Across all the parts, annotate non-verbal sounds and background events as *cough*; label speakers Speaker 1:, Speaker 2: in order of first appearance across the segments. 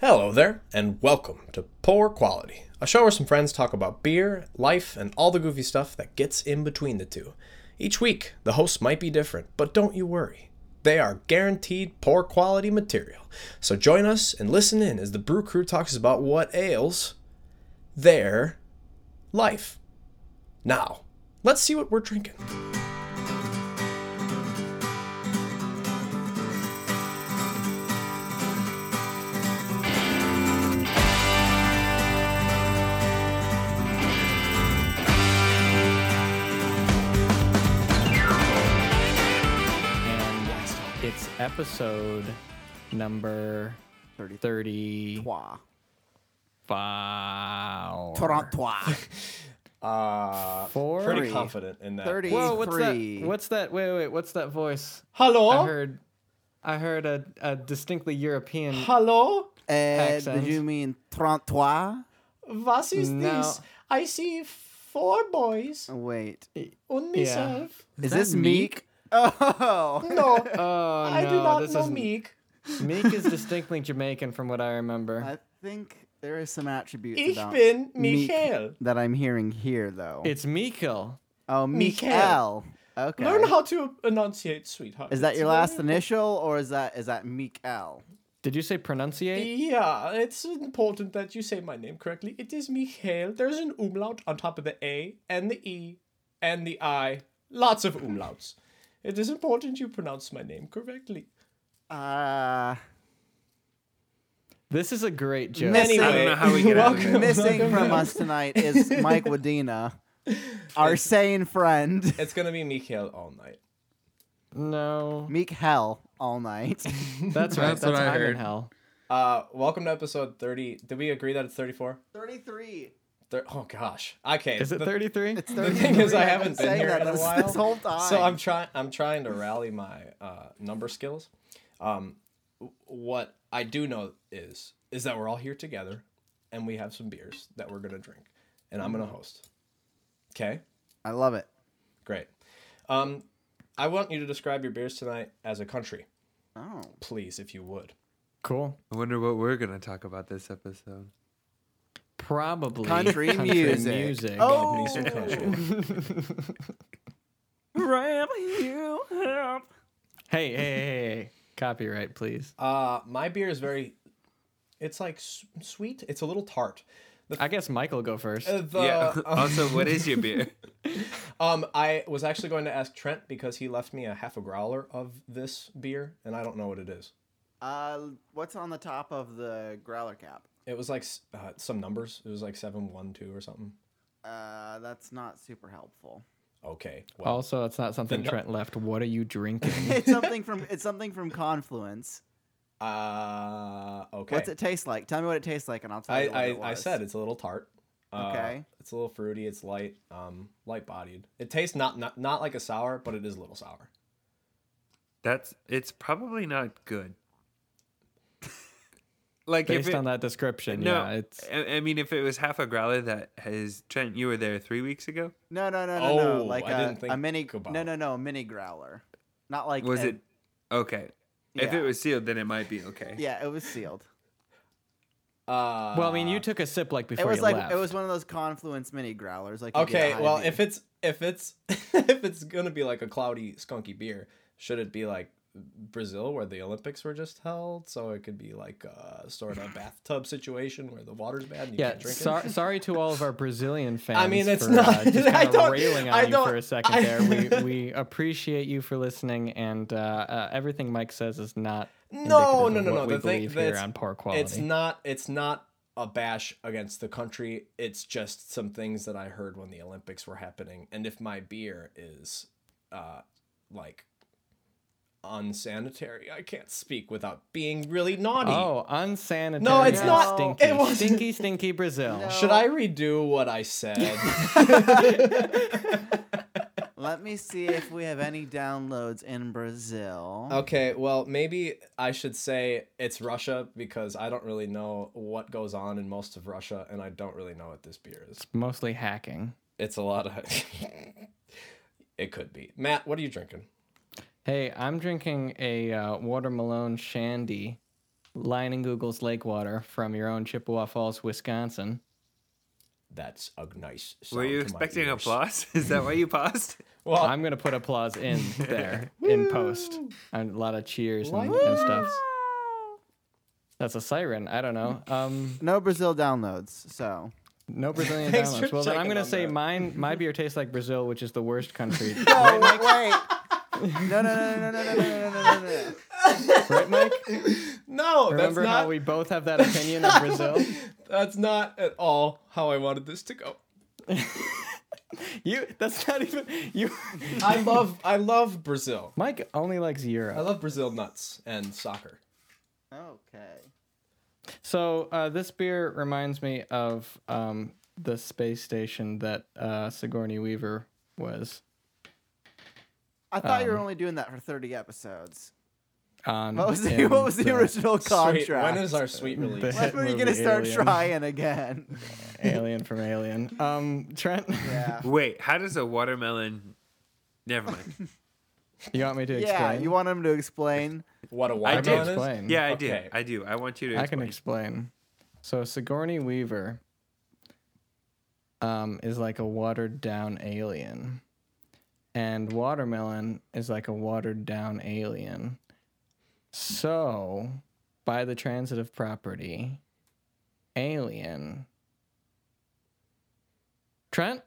Speaker 1: Hello there, and welcome to Poor Quality, a show where some friends talk about beer, life, and all the goofy stuff that gets in between the two. Each week, the hosts might be different, but don't you worry. They are guaranteed poor quality material. So join us and listen in as the brew crew talks about what ails their life. Now, let's see what we're drinking.
Speaker 2: And it's episode number 35.
Speaker 3: Trois.
Speaker 2: *laughs*
Speaker 3: Trottoir.
Speaker 1: Uh, pretty
Speaker 2: Forty.
Speaker 1: confident in that.
Speaker 3: Thirty.
Speaker 2: Whoa, what's that?
Speaker 3: Three.
Speaker 2: What's that? Wait, wait, what's that voice?
Speaker 3: Oh.
Speaker 2: I
Speaker 1: Hello?
Speaker 2: heard I heard a, a distinctly European
Speaker 1: Hello?
Speaker 3: Uh,
Speaker 2: accent?
Speaker 3: did you mean trottoir?
Speaker 1: What is
Speaker 2: No.
Speaker 1: this? I see four boys
Speaker 3: Oh, Wait.
Speaker 1: on
Speaker 2: Yeah.
Speaker 1: myself.
Speaker 3: Is,
Speaker 2: that
Speaker 3: this
Speaker 2: Meek?
Speaker 3: Meek? *laughs* Oh.
Speaker 1: No,
Speaker 2: Oh
Speaker 1: I
Speaker 2: no,
Speaker 1: do not
Speaker 2: this
Speaker 1: know
Speaker 2: is
Speaker 1: Meek.
Speaker 2: Meek is distinctly Jamaican from what I remember.
Speaker 3: I think there is some attributes
Speaker 1: Ich
Speaker 3: about
Speaker 1: bin
Speaker 3: Meek
Speaker 1: Michael.
Speaker 3: that I'm hearing here, though.
Speaker 2: it's Meekel.
Speaker 3: oh,
Speaker 1: Mikael.
Speaker 3: Mikael. Okay.
Speaker 1: Learn how to enunciate, sweetheart.
Speaker 3: is that
Speaker 1: It's
Speaker 3: your last
Speaker 1: very-
Speaker 3: initial, or is that is that Mikael?
Speaker 2: Did you say pronunciate?
Speaker 1: Yeah, it's important that you say my name correctly. It is Michael. There's an umlaut on top of the A and the E and the I. Lots of umlauts. it is important you pronounce my name correctly.
Speaker 3: Uh,
Speaker 2: This is a great joke.
Speaker 3: Many-
Speaker 1: Anyway,
Speaker 3: I don't
Speaker 4: know how
Speaker 1: *laughs*
Speaker 4: we get out of
Speaker 1: welcome,
Speaker 4: this.
Speaker 3: *laughs* missing
Speaker 1: welcome *laughs*
Speaker 3: from
Speaker 1: back.
Speaker 3: us tonight is Mike Wadena, our sane friend.
Speaker 1: It's gonna be Michael all night.
Speaker 3: *laughs*
Speaker 2: no.
Speaker 3: Meek Hell all night.
Speaker 2: That's right. That's,
Speaker 4: That's what I
Speaker 2: I'm in
Speaker 4: heard.
Speaker 2: hell.
Speaker 1: Uh, welcome to episode thirty. Did we agree that it's thirty-four?
Speaker 3: 33.
Speaker 1: Thir- oh gosh. Okay.
Speaker 2: Is it
Speaker 1: the-
Speaker 2: 33?
Speaker 3: It's
Speaker 1: The
Speaker 3: 33.
Speaker 1: thing is, I
Speaker 3: I've
Speaker 1: haven't been
Speaker 3: saying
Speaker 1: here
Speaker 3: that
Speaker 1: in a
Speaker 3: this,
Speaker 1: while.
Speaker 3: this whole time.
Speaker 1: So I'm trying. I'm trying to rally my uh, number skills. Um, w- what I do know is is that we're all here together, and we have some beers that we're gonna drink, and I'm
Speaker 2: Mm.
Speaker 1: gonna host. Okay,
Speaker 3: I love it.
Speaker 1: great. Um, I want you to describe your beers tonight as a country,
Speaker 3: Oh.
Speaker 1: please, if you would.
Speaker 2: cool.
Speaker 4: I wonder what we're gonna talk about this episode.
Speaker 2: Probably
Speaker 3: Country music.
Speaker 2: music.
Speaker 3: Oh.
Speaker 1: Need some country.
Speaker 2: *laughs* Hey, hey, hey, hey. Copyright, please.
Speaker 1: Uh, my beer is very. It's like s- sweet. It's a little tart.
Speaker 2: I guess Michael go first.
Speaker 1: Uh, the-
Speaker 4: yeah. *laughs* also, what is your beer?
Speaker 1: Um, I was actually going to ask Trent because he left me a half a growler of this beer, and I don't know what it is.
Speaker 3: Uh, what's on the top of the growler cap?
Speaker 1: It was like s- uh, some numbers. It was like seven one two or something.
Speaker 3: Uh, that's not
Speaker 1: *laughs*
Speaker 3: super helpful. *laughs*
Speaker 1: Okay. Well,
Speaker 2: also, it's not something
Speaker 1: The no-
Speaker 2: Trent left. What are you
Speaker 1: *laughs*
Speaker 2: drinking?
Speaker 3: It's something from it's something from Confluence.
Speaker 1: uh, okay.
Speaker 3: Oh. What's it taste like? Tell me what it tastes like, and I'll tell
Speaker 1: I
Speaker 3: you what
Speaker 1: I,
Speaker 3: it was.
Speaker 1: I said it's a little tart. Uh,
Speaker 3: Okay.
Speaker 1: It's a little fruity. It's light. Um, light bodied. It tastes not, not not like a sour, but it is a little sour.
Speaker 4: That's it's probably not good. *laughs* Like
Speaker 2: Based
Speaker 4: if it,
Speaker 2: on that description,
Speaker 4: no,
Speaker 2: yeah, it's
Speaker 4: I, I mean, if it was half a growler that has Trent, you were there three weeks ago.
Speaker 3: No, no, no, no, no.
Speaker 1: Oh,
Speaker 3: Like
Speaker 1: I
Speaker 3: a-
Speaker 1: didn't
Speaker 3: a
Speaker 1: think
Speaker 3: mini. No,
Speaker 1: about-
Speaker 3: no, no. A mini growler. Not like
Speaker 4: Was
Speaker 3: a-
Speaker 4: it okay? If
Speaker 3: Yeah.
Speaker 4: it was sealed, then it might be okay.
Speaker 3: Yeah, it
Speaker 1: *laughs*
Speaker 3: was sealed.
Speaker 1: Uh,
Speaker 2: well. I mean, you took a sip like before
Speaker 3: it was
Speaker 2: you
Speaker 3: like
Speaker 2: left.
Speaker 3: it was one of those Confluence mini growlers. Like you get
Speaker 1: Okay,
Speaker 3: at
Speaker 1: well,
Speaker 3: Hy-Vee.
Speaker 1: if it's if it's *laughs* if it's gonna be like a cloudy, skunky beer, should it be like Brazil, where the Olympics were just held? So it could be like a sort of bathtub situation where the water's bad and you
Speaker 2: yeah.
Speaker 1: can't drink
Speaker 2: Sor-
Speaker 1: it.
Speaker 2: sorry to all of our Brazilian fans.
Speaker 1: *laughs* I mean, it's
Speaker 2: for,
Speaker 1: not-
Speaker 2: Uh,
Speaker 1: *laughs*
Speaker 2: just
Speaker 1: I
Speaker 2: kinda
Speaker 1: don't-
Speaker 2: railing on
Speaker 1: I
Speaker 2: you
Speaker 1: don't-
Speaker 2: for a second
Speaker 1: I- *laughs*
Speaker 2: there. We we appreciate you for listening, and uh, uh, everything Mike says is not.
Speaker 1: No,
Speaker 2: indicative
Speaker 1: no,
Speaker 2: of
Speaker 1: no,
Speaker 2: what
Speaker 1: no,
Speaker 2: We
Speaker 1: the thing-
Speaker 2: believe here
Speaker 1: that's-
Speaker 2: on poor quality.
Speaker 1: It's not. It's not a bash against the country. It's just some things that I heard when the Olympics were happening, and if my beer is, uh, like. Unsanitary. I can't speak without being really naughty.
Speaker 2: Oh, unsanitary.
Speaker 1: No, it's
Speaker 2: and
Speaker 3: not-
Speaker 2: Stinky,
Speaker 1: it wasn't- *laughs*
Speaker 2: stinky, stinky Brazil.
Speaker 3: No.
Speaker 1: Should I redo what I said?
Speaker 3: Let me see if we have any downloads in Brazil.
Speaker 1: okay, well, maybe I should say it's Russia because I don't really know what goes on in most of Russia and I don't really know what this beer is.
Speaker 2: Mostly hacking.
Speaker 1: It's a lot of. *laughs* it could be. Matt, what are you drinking?
Speaker 2: Hey, I'm drinking a uh, watermelon shandy Lion and Google's lake water from your own Chippewa Falls, Wisconsin.
Speaker 1: That's a nice. Sound
Speaker 4: Were you
Speaker 1: to my
Speaker 4: expecting
Speaker 1: ears.
Speaker 4: applause? *laughs* Is that why you paused?
Speaker 1: Well,
Speaker 2: I'm gonna put
Speaker 1: *laughs*
Speaker 2: applause in there in post, and a lot of cheers and, and stuff. That's a siren. I don't know. Um,
Speaker 3: No Brazil downloads, so
Speaker 1: *laughs*
Speaker 2: no Brazilian
Speaker 1: Thanks for
Speaker 2: downloads. Well, then I'm
Speaker 1: checking
Speaker 2: gonna
Speaker 1: on
Speaker 2: say
Speaker 1: that.
Speaker 2: mine.
Speaker 1: *laughs*
Speaker 2: My beer tastes like Brazil, which is the worst country.
Speaker 3: No, wait, *laughs* No, no, no, no, no, no, no, no, no, no, no.
Speaker 2: right,
Speaker 1: *laughs*
Speaker 2: Mike?
Speaker 1: no, that's
Speaker 2: Remember
Speaker 1: not.
Speaker 2: how we both have that
Speaker 1: *laughs*
Speaker 2: opinion of Brazil?
Speaker 1: That's not at all how I wanted this to go.
Speaker 2: You. That's not even
Speaker 1: *laughs*
Speaker 2: you. *laughs*
Speaker 1: I love. I love Brazil.
Speaker 2: Mike only likes Europe.
Speaker 1: I love Brazil nuts and soccer.
Speaker 3: Okay.
Speaker 2: So uh, this beer reminds me of um, the space station that uh, Sigourney Weaver was
Speaker 3: I thought you were only doing that for 30 episodes.
Speaker 2: on.
Speaker 3: What was the,
Speaker 2: in
Speaker 3: *laughs* what was the original
Speaker 1: Sweet.
Speaker 3: contract?
Speaker 1: When is our sweet release?
Speaker 2: hit
Speaker 3: when are you
Speaker 2: movie
Speaker 3: gonna start
Speaker 2: Alien?
Speaker 3: trying again?
Speaker 2: Alien from Alien. Um, Trent,
Speaker 3: Yeah.
Speaker 4: Wait, how does a watermelon? Never mind.
Speaker 2: *laughs* you want me to
Speaker 3: yeah.
Speaker 2: explain?
Speaker 3: You want him to explain?
Speaker 1: What a
Speaker 4: I
Speaker 2: I can
Speaker 4: did.
Speaker 1: watermelon is?
Speaker 2: explain.
Speaker 4: Yeah, I
Speaker 1: Okay.
Speaker 4: do. I do. I want you to.
Speaker 2: I can explain. So Sigourney Weaver um, is like a watered down alien, and watermelon is like a watered down alien. So, by the transitive property, alien. Trent,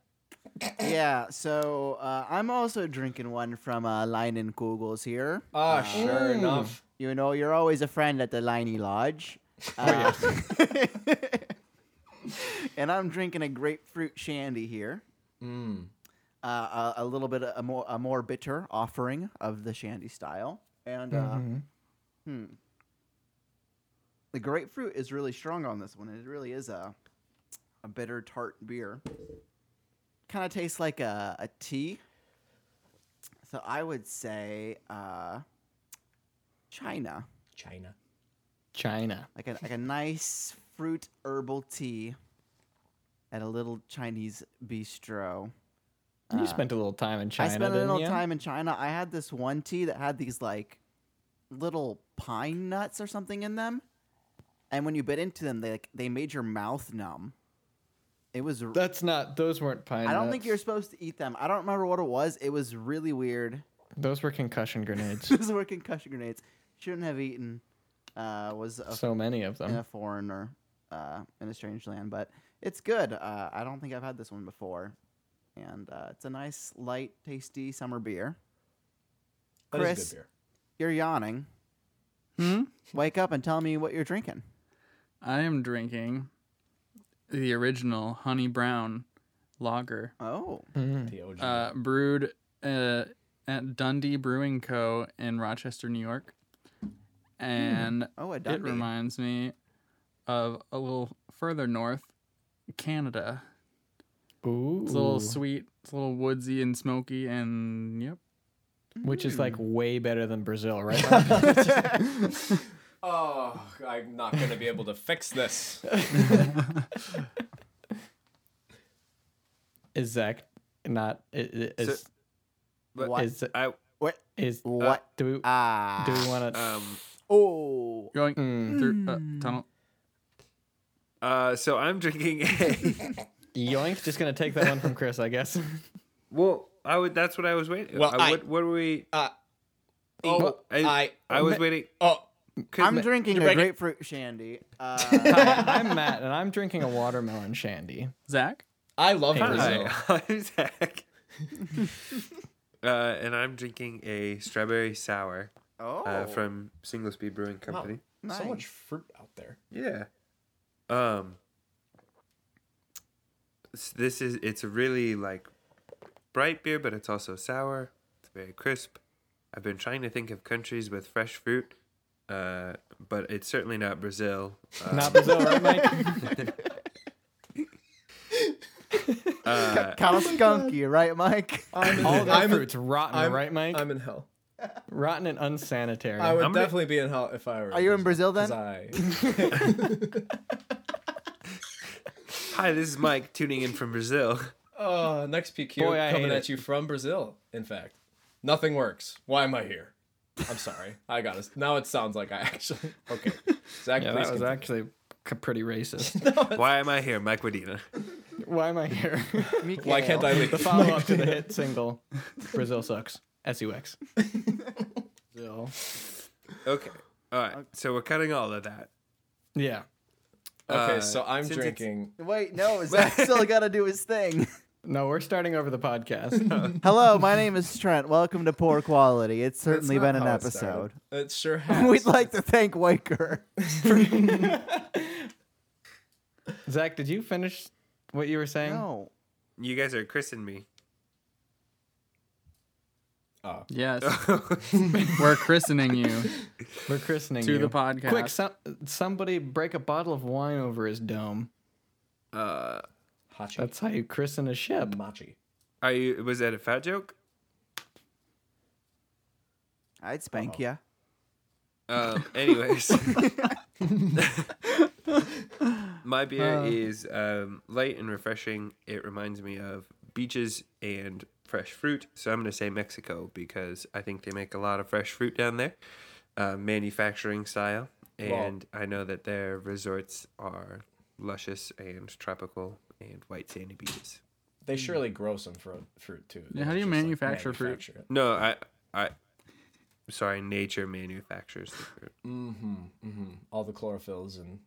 Speaker 3: Yeah. So uh, I'm also drinking one from uh, Line and Google's here.
Speaker 1: Ah, sure enough.
Speaker 3: You know, you're always a friend at the Liney Lodge. Uh, *laughs* and I'm drinking a grapefruit shandy here.
Speaker 1: Mm.
Speaker 3: Uh, a, a little bit a more a more bitter offering of the shandy style, and uh, hmm. the grapefruit is really strong on this one. It really is a a bitter tart beer. Kind of tastes like a, a tea. So I would say uh, China
Speaker 1: China.
Speaker 2: China.
Speaker 3: like a like a nice fruit herbal tea at a little Chinese bistro.
Speaker 2: You
Speaker 3: Uh,
Speaker 2: spent a little time in China.
Speaker 3: I spent a
Speaker 2: didn't
Speaker 3: little
Speaker 2: you?
Speaker 3: time in China. I had this one tea that had these like little pine nuts or something in them, and when you bit into them, they like, they made your mouth numb. It was. r-
Speaker 2: That's not. Those weren't pine.
Speaker 3: I don't think
Speaker 2: nuts.
Speaker 3: you're supposed to eat them. I don't remember what it was. It was really weird. *laughs*
Speaker 2: Those were concussion grenades.
Speaker 3: Those were concussion grenades. Shouldn't have eaten. Uh, was a
Speaker 2: so many of them.
Speaker 3: in a foreigner uh, in a strange land, but it's good. Uh, I don't think I've had this one before, and uh, it's a nice, light, tasty summer beer.
Speaker 1: That is a
Speaker 3: Chris.
Speaker 1: good beer.
Speaker 3: You're yawning.
Speaker 5: Hmm?
Speaker 3: Wake up and tell me what you're drinking.
Speaker 5: I am drinking the original Honey Brown Lager,
Speaker 3: Oh,
Speaker 1: The OG.
Speaker 5: uh, brewed uh, at Dundee Brewing Co. in Rochester, New York. And
Speaker 3: oh, a
Speaker 5: it
Speaker 3: Dundee.
Speaker 5: reminds me of a little further north, Canada.
Speaker 2: Ooh.
Speaker 5: It's a little sweet, it's a little woodsy and smoky, and yep.
Speaker 2: which is like way better than Brazil, right? Mike?
Speaker 1: oh, I'm not gonna be able to fix this.
Speaker 2: is Zach not i- i- is
Speaker 4: But
Speaker 3: What?
Speaker 2: is
Speaker 4: I
Speaker 3: what?
Speaker 2: is uh,
Speaker 3: What?
Speaker 2: do we
Speaker 3: Ah.
Speaker 2: do we want to?
Speaker 4: um.
Speaker 3: oh.
Speaker 5: Going
Speaker 2: Mm.
Speaker 5: through uh,
Speaker 3: Hmm.
Speaker 5: tunnel.
Speaker 4: Uh. So I'm drinking a.
Speaker 2: Yoink, just gonna take that one from Chris, I guess.
Speaker 4: well, I would. That's what I was waiting.
Speaker 1: Well, I-
Speaker 4: what, what were we?
Speaker 1: Uh,
Speaker 4: Oh, I, I, was
Speaker 1: ma-
Speaker 4: waiting.
Speaker 1: Oh,
Speaker 3: I'm drinking a
Speaker 1: ready?
Speaker 3: grapefruit shandy.
Speaker 2: *laughs*
Speaker 3: Uh,
Speaker 2: Hi, I'm Matt, and I'm drinking a watermelon shandy.
Speaker 5: Zach?
Speaker 1: I love
Speaker 2: Hey,
Speaker 1: Brazil.
Speaker 4: Hi, *laughs* I'm Zach. uh, and I'm drinking a strawberry sour
Speaker 3: oh,
Speaker 4: uh, from Single Speed Brewing Company.
Speaker 1: So
Speaker 3: nice.
Speaker 1: much fruit out there.
Speaker 4: Yeah. Um. s- This is it's a really like bright beer, but it's also sour. It's very crisp. I've been trying to think of countries with fresh fruit, uh, but it's certainly not Brazil. Uh,
Speaker 2: Not Brazil,
Speaker 1: *laughs*
Speaker 2: right, Mike?
Speaker 1: Oh.
Speaker 4: uh,
Speaker 3: Kind of skunky, right, Mike?
Speaker 1: I'm in, *laughs*
Speaker 2: All that
Speaker 1: I'm,
Speaker 2: fruit's rotten,
Speaker 1: I'm-
Speaker 2: right, Mike?
Speaker 1: I'm in hell.
Speaker 2: rotten and unsanitary.
Speaker 1: I would
Speaker 4: I'm gonna-
Speaker 1: definitely be in hell if I were.
Speaker 3: Are you in Brazil
Speaker 1: 'cause
Speaker 3: then?
Speaker 1: I-
Speaker 4: hi, this is Mike tuning in from Brazil. *laughs*
Speaker 1: Oh, next PQ
Speaker 2: Boy, I
Speaker 1: coming
Speaker 2: hate
Speaker 1: at
Speaker 2: it.
Speaker 1: you from Brazil. In fact, nothing works. Why am I here? I'm sorry. I got to Now it sounds like I actually. Okay. Zach,
Speaker 2: Yeah,
Speaker 1: please.
Speaker 2: that was
Speaker 1: continue. *laughs*
Speaker 2: actually c- pretty racist.
Speaker 4: Why am I here, Mike Medina?
Speaker 2: Why am I here?
Speaker 1: Why can't I leave?
Speaker 2: *laughs* the follow *laughs* up to the hit single, Brazil sucks. S-U-X. Brazil.
Speaker 4: Okay. All right. So we're cutting all of that.
Speaker 2: Yeah.
Speaker 1: okay,
Speaker 4: Uh,
Speaker 1: so I'm
Speaker 4: since it's-
Speaker 1: drinking.
Speaker 3: Wait, no, Zach *laughs* still got to do his thing.
Speaker 2: No, we're starting over the
Speaker 3: *laughs*
Speaker 2: podcast.
Speaker 3: Hello, my name is Trent. Welcome to Poor Quality. It's certainly
Speaker 1: That's
Speaker 3: been an
Speaker 1: not how it started.
Speaker 3: episode.
Speaker 1: It sure has.
Speaker 3: *laughs* We'd like to thank Waker.
Speaker 2: Zach, did you finish what you were saying?
Speaker 3: No.
Speaker 4: You guys are christening me. *laughs*
Speaker 1: Oh.
Speaker 5: Yes. *laughs*
Speaker 4: Uh,
Speaker 5: We're
Speaker 2: *laughs*
Speaker 5: christening you
Speaker 2: We're christening
Speaker 5: to
Speaker 2: you.
Speaker 5: the podcast.
Speaker 2: Quick, some, somebody break a bottle of wine over his dome.
Speaker 4: Uh,
Speaker 1: Hachi.
Speaker 2: That's how you christen a ship.
Speaker 1: Machi.
Speaker 4: are you? Was that a fat joke?
Speaker 3: I'd spank ya.
Speaker 4: Um, anyways, my beer is um, light and refreshing. It reminds me of beaches and fresh fruit. So I'm going to say Mexico because I think they make a lot of fresh fruit down there, uh, manufacturing style. And I know that their resorts are luscious and tropical and white sandy beaches.
Speaker 1: They surely grow some fruit, fruit too. They
Speaker 5: Yeah, how do you
Speaker 1: just, like,
Speaker 5: manufacture fruit?
Speaker 1: manufacture it.
Speaker 4: No, I, I, sorry, nature manufactures the fruit.
Speaker 1: Mm-hmm, All the chlorophylls and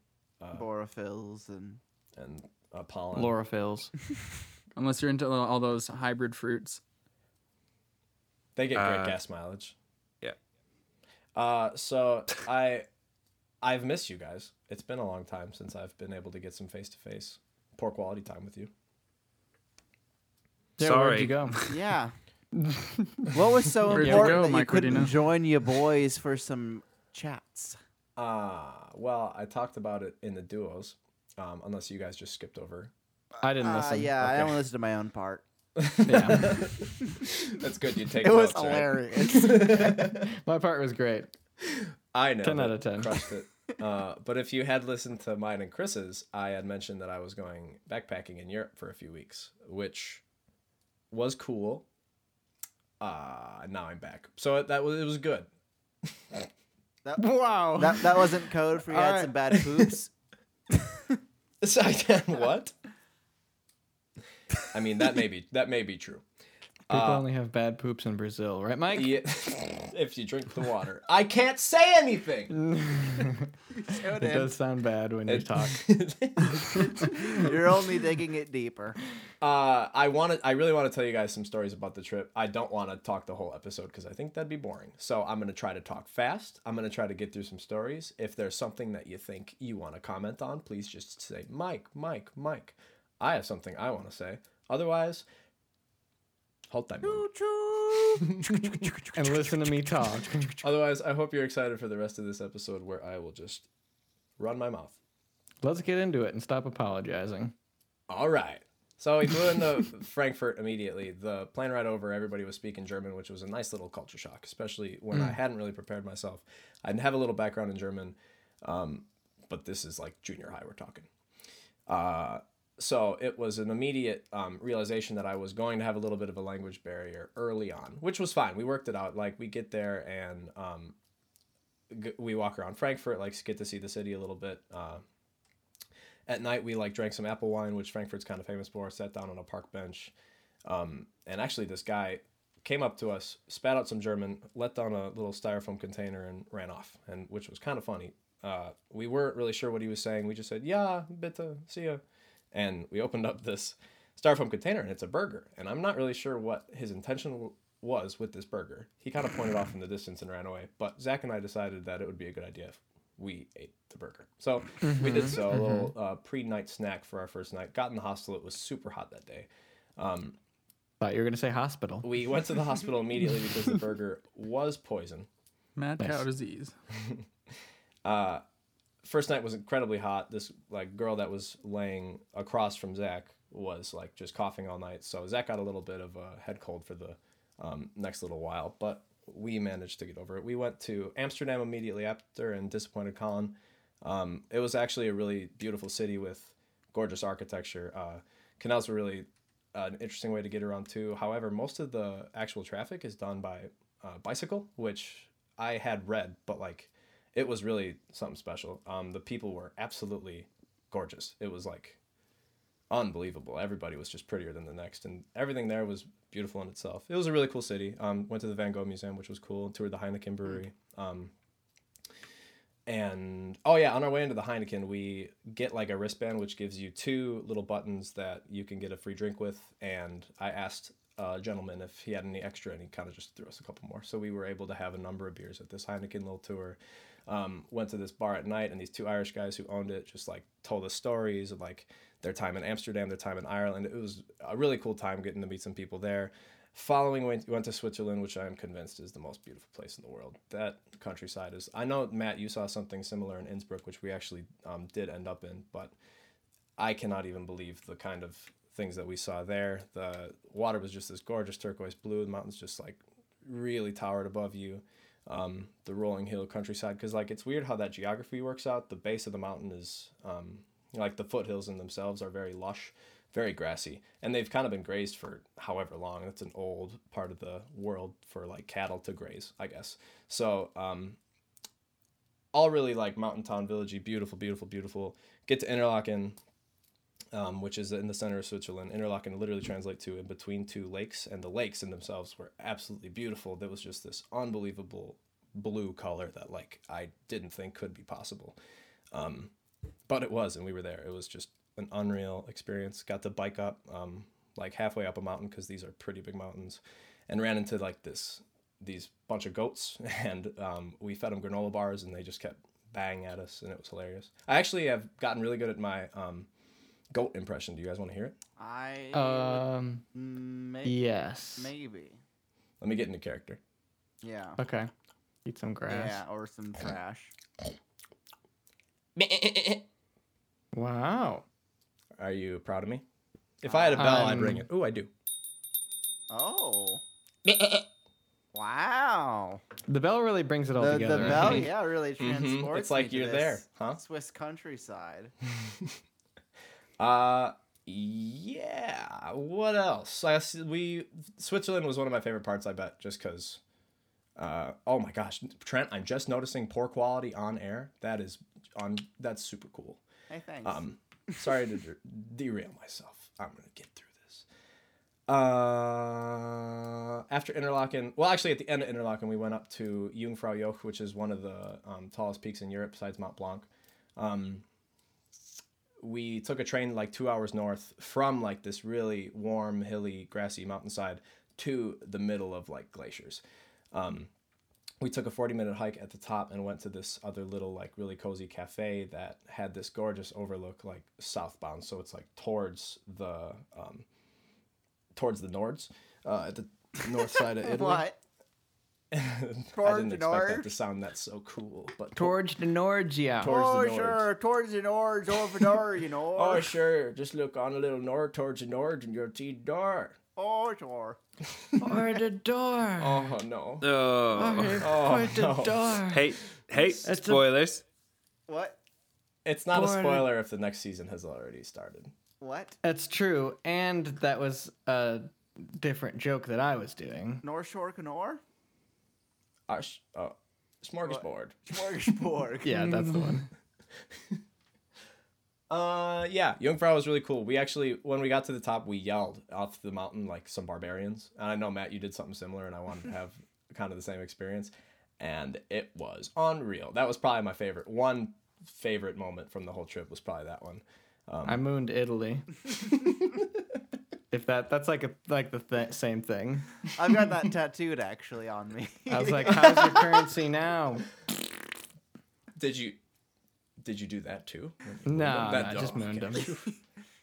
Speaker 3: Borophils and
Speaker 1: and uh, pollen.
Speaker 2: Laurafils.
Speaker 5: Unless you're into all those hybrid fruits.
Speaker 1: They get great
Speaker 4: Uh,
Speaker 1: gas mileage.
Speaker 4: yeah.
Speaker 1: Uh, so I, I've missed you guys. It's been a long time since I've been able to get some face to face, poor quality time with you.
Speaker 2: Yeah,
Speaker 4: Sorry.
Speaker 2: Where'd you go?
Speaker 3: *laughs* yeah. what was so
Speaker 5: Where'd you
Speaker 3: important
Speaker 5: go,
Speaker 3: that you
Speaker 5: Mike
Speaker 3: couldn't
Speaker 5: Rodino?
Speaker 3: join your boys for some chats?
Speaker 1: Ah, well, I talked about it in the duos, um, unless you guys just skipped over.
Speaker 2: I didn't
Speaker 3: Uh,
Speaker 2: listen.
Speaker 3: yeah, I only listened to my own part.
Speaker 2: Yeah.
Speaker 1: *laughs* That's good. You take
Speaker 3: It was
Speaker 1: notes, right?
Speaker 3: *laughs* hilarious.
Speaker 2: My part was great.
Speaker 1: *laughs* I know.
Speaker 2: 10
Speaker 1: that
Speaker 2: out of 10.
Speaker 1: Crushed it. Uh, but if you had listened to mine and Chris's, I had mentioned that I was going backpacking in Europe for a few weeks, which was cool. Uh, now I'm back. So it, that was it was good. *laughs*
Speaker 2: Wow.
Speaker 3: that, that wasn't code for you had
Speaker 2: Alright.
Speaker 3: some bad *laughs* poops.
Speaker 1: So I
Speaker 3: *laughs*
Speaker 1: did- what? I mean that may be that may be
Speaker 3: *laughs*
Speaker 1: true.
Speaker 2: People only have bad poops in Brazil, right, Mike?
Speaker 1: Yeah, if you drink the water, I can't say anything.
Speaker 3: *laughs*
Speaker 2: It does sound bad when you talk.
Speaker 3: You're only digging it deeper.
Speaker 1: Uh, I want to. I really want to tell you guys some stories about the trip. I don't want to talk the whole episode because I think that'd be boring. So I'm gonna try to talk fast. I'm gonna try to get through some stories. If there's something that you think you want to comment on, please just say Mike, Mike, Mike. I have something I want to say. Otherwise, hold time.
Speaker 2: And listen to me talk.
Speaker 1: Otherwise, I hope you're excited for the rest of this episode where I will just run my mouth.
Speaker 2: Let's get into it and stop apologizing.
Speaker 1: All right. So we flew into Frankfurt immediately. The plane ride over, everybody was speaking German, which was a nice little culture shock, especially when I hadn't really prepared myself. I have a little background in German, um, but this is like junior high we're talking. Uh, so it was an immediate um, realization that I was going to have a little bit of a language barrier early on, which was fine. We worked it out. Like we get there and um, g- we walk around Frankfurt, like get to see the city a little bit. Uh, at night we like drank some apple wine which frankfurt's kind of famous for sat down on a park bench um, and actually this guy came up to us spat out some german let down a little styrofoam container and ran off and which was kind of funny uh, we weren't really sure what he was saying we just said yeah bitte see ya and we opened up this styrofoam container and it's a burger and i'm not really sure what his intention w- was with this burger he kind of pointed off in the distance and ran away but zach and i decided that it would be a good idea if we ate the burger so we did so a little uh, pre-night snack for our first night got in the hostel it was super hot that day
Speaker 2: Thought you were gonna say hospital.
Speaker 1: we went to the hospital immediately because the burger was poison
Speaker 5: Mad cow disease.
Speaker 1: Uh, first night was incredibly hot. This like girl that was laying across from Zach was like just coughing all night. So Zach got a little bit of a head cold for the um, next little while, but we managed to get over it. We went to Amsterdam immediately after and disappointed Colin. Um, it was actually a really beautiful city with gorgeous architecture. Uh, canals were really an interesting way to get around too. However, most of the actual traffic is done by uh, bicycle, which I had red, but like it was really something special. Um, the people were absolutely gorgeous. It was like unbelievable. Everybody was just prettier than the next, and everything there was beautiful in itself. It was a really cool city. Um, went to the Van Gogh Museum, which was cool. Toured the Heineken Brewery. Um, and oh yeah, on our way into the Heineken, we get like a wristband which gives you two little buttons that you can get a free drink with. And I asked a gentleman if he had any extra, and he kind of just threw us a couple more. So we were able to have a number of beers at this Heineken little tour. Um, went to this bar at night, and these two Irish guys who owned it just like told us stories of like their time in Amsterdam, their time in Ireland. It was a really cool time getting to meet some people there. Following went, went to Switzerland, which I am convinced is the most beautiful place in the world. That countryside is. I know Matt, you saw something similar in Innsbruck, which we actually um, did end up in, but I cannot even believe the kind of things that we saw there. The water was just this gorgeous turquoise blue. The mountains just like really towered above you. Um, the rolling hill countryside, because like it's weird how that geography works out. The base of the mountain is um, like the foothills in themselves are very lush, very grassy, and they've kind of been grazed for however long. That's an old part of the world for like cattle to graze, I guess. So um, all really like mountain town villagey, beautiful, beautiful, beautiful. Get to Interlaken, um, which is in the center of Switzerland. Interlaken literally translates to in between two lakes, and the lakes in themselves were absolutely beautiful. There was just this unbelievable blue color that like I didn't think could be possible. Um, but it was, and we were there. It was just an unreal experience. Got to bike up, um, like halfway up a mountain because these are pretty big mountains, and ran into like this these bunch of goats, *laughs* and um, we fed them granola bars, and they just kept banging at us, and it was hilarious. I actually have gotten really good at my um, goat impression. Do you guys want to hear it?
Speaker 3: I
Speaker 2: Um.
Speaker 3: maybe,
Speaker 2: Yes.
Speaker 3: maybe,
Speaker 1: Let me get into character.
Speaker 3: yeah,
Speaker 2: Okay. Eat some grass.
Speaker 3: yeah, or some trash.
Speaker 2: Wow.
Speaker 1: Are you proud of me? If I had a bell, I'd ring
Speaker 2: Um,
Speaker 1: it. Ooh, I do.
Speaker 3: Oh, wow!
Speaker 2: The bell really brings it all
Speaker 3: The, the
Speaker 2: together. I *laughs*
Speaker 3: bell,
Speaker 1: *laughs*
Speaker 2: think.
Speaker 3: yeah, really transports.
Speaker 1: Mm-hmm. It's like
Speaker 3: me to
Speaker 1: you're
Speaker 3: this
Speaker 1: there, huh?
Speaker 3: Swiss countryside.
Speaker 1: Uh yeah. What else? I s we Switzerland was one of my favorite parts. I bet just because. Uh, oh my gosh, Trent! I'm just noticing poor quality on air. That is on. That's super cool.
Speaker 3: Hey, thanks.
Speaker 1: Um, sorry to der- derail myself. I'm gonna get through this. Uh, after Interlaken, well, actually, at the end of Interlaken, we went up to Jungfrau Joch, which is one of the um, tallest peaks in Europe besides Mont Blanc. Um, we took a train like two hours north from like this really warm, hilly, grassy mountainside to the middle of like glaciers. Um, we took a 40 minute hike at the top and went to this other little like really cozy cafe that had this gorgeous overlook like southbound so it's like towards the um towards the nords uh at the north side
Speaker 3: *laughs*
Speaker 1: of italy
Speaker 3: what?
Speaker 1: *laughs* i didn't
Speaker 3: Towards
Speaker 1: expect that
Speaker 3: north?
Speaker 1: to sound that so cool but
Speaker 2: Torge de Norgia.
Speaker 1: Towards the
Speaker 3: oh,
Speaker 1: north.
Speaker 3: sure, towards the north, over there, you
Speaker 1: *laughs*
Speaker 3: know.
Speaker 1: oh sure just look on a little north towards the nords and you'll see door
Speaker 3: Oh, sure.
Speaker 2: *laughs* Or the *laughs* door.
Speaker 1: oh no
Speaker 4: Oh,
Speaker 1: Oh, no.
Speaker 4: hey, hey!
Speaker 2: a-
Speaker 4: Spoilers.
Speaker 3: What?
Speaker 1: it's not a
Speaker 2: Born-
Speaker 1: spoiler if the next season has already started
Speaker 3: What?
Speaker 2: That's true, and that was a different joke that I was doing.
Speaker 3: North Shore Canor?
Speaker 1: Our, sh- oh, smorgasbord *laughs*
Speaker 3: Smorgasbord.
Speaker 2: Yeah, that's the one.
Speaker 3: *laughs*
Speaker 1: Uh, yeah, Jungfrau was really cool. We actually, when we got to the top, we yelled off the mountain like some barbarians. And I know Matt, you did something similar, and I wanted to have *laughs* kind of the same experience, and it was unreal. That was probably my favorite one. Favorite moment from the whole trip was probably that one. *laughs*
Speaker 3: Um.
Speaker 2: I mooned Italy. if that that's like a like the th- same thing.
Speaker 3: I've got that tattooed actually on
Speaker 1: *laughs*
Speaker 3: me.
Speaker 1: Oh,
Speaker 2: I was like, how's your currency now?
Speaker 1: Did you? Did you do that too?
Speaker 2: No,
Speaker 1: That-
Speaker 2: no, I just
Speaker 1: oh,
Speaker 2: mooned him. *laughs*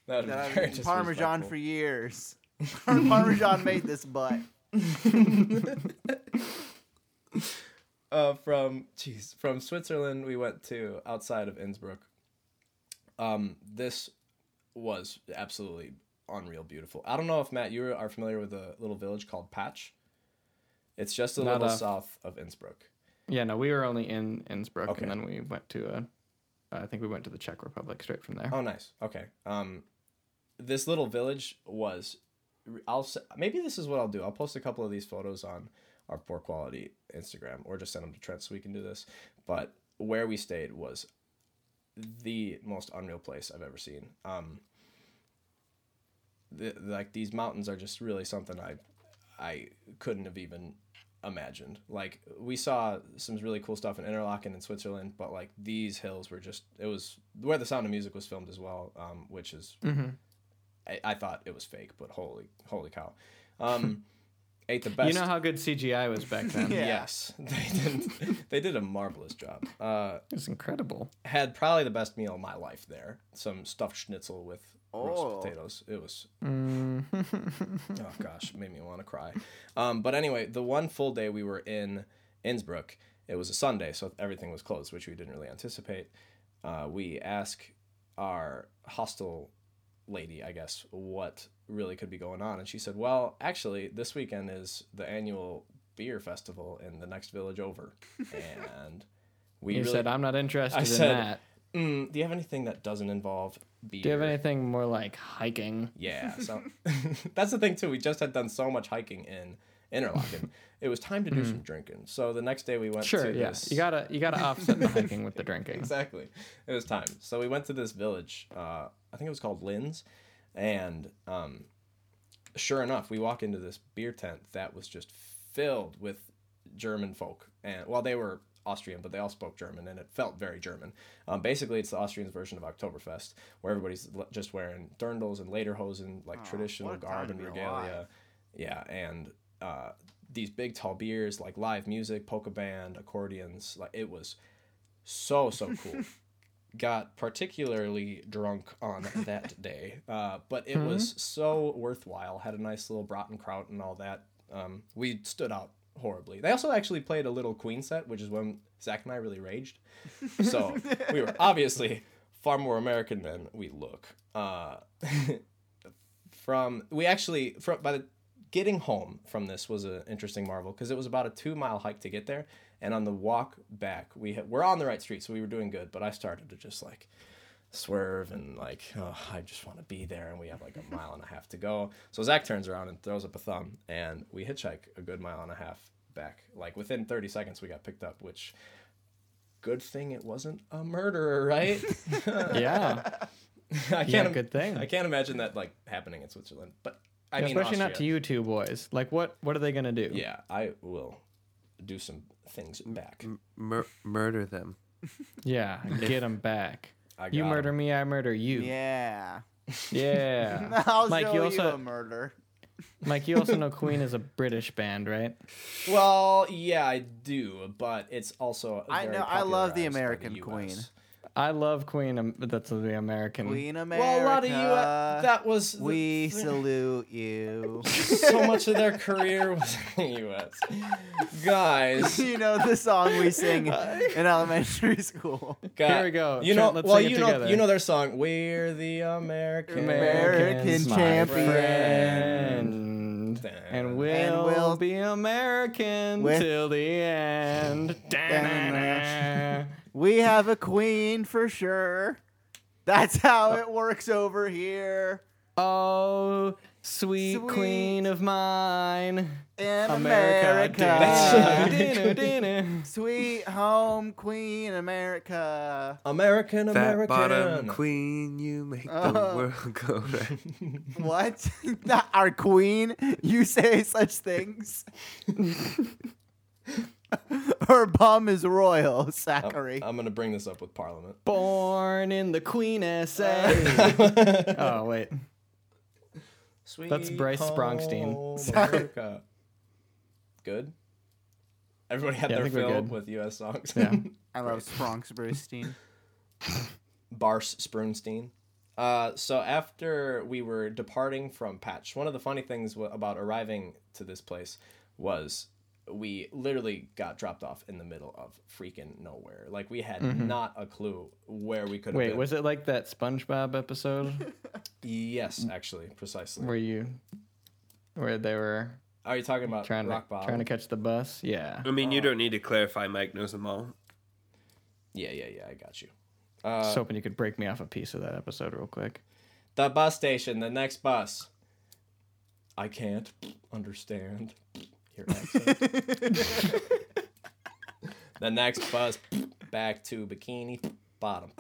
Speaker 1: That
Speaker 3: *laughs* *laughs* That
Speaker 1: was
Speaker 3: I've been
Speaker 1: very
Speaker 3: eating Parmesan
Speaker 1: disrespectful.
Speaker 3: for years.
Speaker 1: *laughs*
Speaker 3: Parmesan made this butt.
Speaker 1: uh, from geez, from Switzerland, we went to outside of Innsbruck. Um, this was absolutely unreal, beautiful. I don't know if Matt, you are familiar with a little village called Patch. It's just a
Speaker 2: Not
Speaker 1: little
Speaker 2: a-
Speaker 1: south of Innsbruck.
Speaker 2: Yeah, no, we were only in Innsbruck,
Speaker 1: Okay.
Speaker 2: and then we went to a. I think we went to the Czech Republic straight from there.
Speaker 1: Oh, nice. Okay. Um, this little village was. I'll s- maybe this is what I'll do. I'll post a couple of these photos on our poor quality Instagram or just send them to Trent so we can do this. But where we stayed was the most unreal place I've ever seen. Um, the, like these mountains are just really something I, I couldn't have even imagined. Like we saw some really cool stuff in Interlaken in Switzerland, but like these hills were just it was where the Sound of Music was filmed as well, um, which is
Speaker 2: Mm-hmm.
Speaker 1: I, I thought it was fake, but holy holy cow,
Speaker 2: *laughs*
Speaker 1: um, ate the
Speaker 3: Oh,
Speaker 1: best.
Speaker 2: You know how good CGI was back then.
Speaker 3: Yeah.
Speaker 1: Yes, *laughs* they did. They did a marvelous job. Uh,
Speaker 2: *laughs* It was incredible.
Speaker 1: had probably the best meal of my life there. Some stuffed schnitzel with
Speaker 3: Oh.
Speaker 1: roast potatoes. It was
Speaker 2: Mm-hmm.
Speaker 1: oh gosh, it made me want to cry. Um, but anyway, the one full day we were in Innsbruck, it was a Sunday, so everything was closed, which we didn't really anticipate. Uh, we asked our hostel lady, I guess, what really could be going on, and she said, "Well, actually, this weekend is the annual beer festival in the next village over," and. We
Speaker 2: You
Speaker 1: really-
Speaker 2: said I'm not interested
Speaker 1: I
Speaker 2: in
Speaker 1: said-
Speaker 2: that.
Speaker 1: Mm, do you have anything that doesn't involve beer?
Speaker 2: Do you have anything more like hiking? *laughs*
Speaker 1: Yeah. So *laughs* that's the thing too. We just had done so much hiking in Interlaken. it was time to do some drinking. So the next day we went
Speaker 2: Mm-hmm. Sure,
Speaker 1: to
Speaker 2: yeah.
Speaker 1: this.
Speaker 2: You gotta you gotta offset the hiking
Speaker 1: *laughs*
Speaker 2: with the drinking.
Speaker 1: exactly. It was time. So we went to this village. Uh, I think it was called Linz, and um, sure enough, we walk into this beer tent that was just filled with German folk, and well, they were Austrian, but they all spoke German, and it felt very German. Um, basically, it's the Austrians' version of Oktoberfest, where everybody's l- just wearing dirndls and lederhosen, like traditional
Speaker 3: Oh, what a
Speaker 1: garb and
Speaker 3: time to be
Speaker 1: regalia. Yeah, and uh, these big tall beers, like live music, polka band, accordions, like it was so so cool. Got particularly drunk on that day, uh, but it was so worthwhile. Had a nice little Bratenkraut and all that. Um, we stood out horribly. They also actually played a little Queen set, which is when Zach and I really raged. So we were obviously far more American than we look. Uh, *laughs* from we actually from by the getting home from this was an interesting marvel because it was about a two mile hike to get there and on the walk back we had, we're on the right street so we were doing good but i started to just like swerve and like oh, i just want to be there and we have like a mile and a half to go so zach turns around and throws up a thumb and we hitchhike a good mile and a half back like within 30 seconds we got picked up which good thing it wasn't a murderer right *laughs*
Speaker 2: yeah.
Speaker 1: i can't
Speaker 2: Yeah,
Speaker 1: im-
Speaker 2: good thing.
Speaker 1: i can't imagine that like happening in switzerland but *laughs* i mean
Speaker 2: Especially not
Speaker 1: Austria.
Speaker 2: to you two boys. Like what what are they gonna do?
Speaker 1: Yeah, I will do some things back.
Speaker 4: Mur- murder them.
Speaker 1: *laughs*
Speaker 2: Yeah, get them back.
Speaker 1: I
Speaker 2: You
Speaker 1: got
Speaker 2: murder
Speaker 1: 'em.
Speaker 2: me, I murder you.
Speaker 3: Yeah.
Speaker 1: *laughs*
Speaker 2: Yeah.
Speaker 3: *laughs* I'll
Speaker 2: Mike,
Speaker 3: show
Speaker 2: you
Speaker 3: you,
Speaker 2: also-
Speaker 3: a murder.
Speaker 2: Mike, you also know Queen is a British band, right?
Speaker 1: Well, yeah, I do, but it's also.
Speaker 3: I
Speaker 1: very
Speaker 3: know- I love the
Speaker 1: popularized by
Speaker 3: American Queen.
Speaker 1: US.
Speaker 2: I love Queen. um, That's the American.
Speaker 3: Queen America.
Speaker 1: Well, a lot of you. uh, That was the- *laughs*
Speaker 3: we salute you.
Speaker 1: so much of their career was in the U.S. Guys,
Speaker 3: *laughs* you know the song we sing in *laughs* elementary school.
Speaker 1: God,
Speaker 2: we go.
Speaker 1: You
Speaker 2: Trent,
Speaker 1: know,
Speaker 2: let's
Speaker 1: well,
Speaker 2: sing it
Speaker 1: you know,
Speaker 2: together.
Speaker 1: you know their song. We're the American.
Speaker 3: American
Speaker 2: Americans, my
Speaker 3: champion.
Speaker 2: friend. And we'll,
Speaker 3: we'll-
Speaker 2: be American
Speaker 3: With-
Speaker 2: till the end. *laughs* Da-na-na.
Speaker 3: We have a queen for sure. That's how it works over here
Speaker 2: oh, sweet,
Speaker 3: Sweet.
Speaker 2: queen of mine.
Speaker 3: in America.
Speaker 2: America.
Speaker 1: That's-
Speaker 2: dinner, dinner, dinner.
Speaker 3: Sweet home queen America.
Speaker 1: American,
Speaker 4: Fat
Speaker 1: American.
Speaker 4: bottom queen, you make the world go round.
Speaker 3: What? *laughs* Not our queen? You say
Speaker 1: *laughs*
Speaker 3: such things? Her bum is royal, Zachary.
Speaker 1: I'm gonna bring this up with Parliament.
Speaker 2: Born in the Queen SA. *laughs* oh, wait.
Speaker 1: Sweet
Speaker 2: That's Bryce Sprongsteen. *laughs*
Speaker 1: home
Speaker 3: Sorry.
Speaker 1: America. Good. Everybody had
Speaker 2: Yeah, I
Speaker 1: their
Speaker 2: think we're
Speaker 1: fill
Speaker 2: good.
Speaker 1: with U.S. songs. *laughs*
Speaker 2: Yeah.
Speaker 3: I love Spronx Brewstein.
Speaker 1: Bars Sproonstein. Uh, so after we were departing from Patch, one of the funny things w- about arriving to this place was we literally got dropped off in the middle of freaking nowhere. Like we had not a clue where we could.
Speaker 2: Mm-hmm. Wait,
Speaker 1: been.
Speaker 2: was it like that SpongeBob episode
Speaker 1: yes, actually, precisely.
Speaker 2: where you, where they were
Speaker 1: Are you talking about
Speaker 2: trying to
Speaker 1: Rock Bottom?
Speaker 2: trying to catch the bus? Yeah.
Speaker 4: I mean, you don't need to clarify. Mike knows them all.
Speaker 1: Yeah, yeah, yeah. I got you. Uh,
Speaker 2: Just
Speaker 1: Um,
Speaker 2: hoping you could break me off a piece of that episode real quick.
Speaker 1: The bus station, the next bus. I can't understand. your accent. the next bus back to bikini bottom.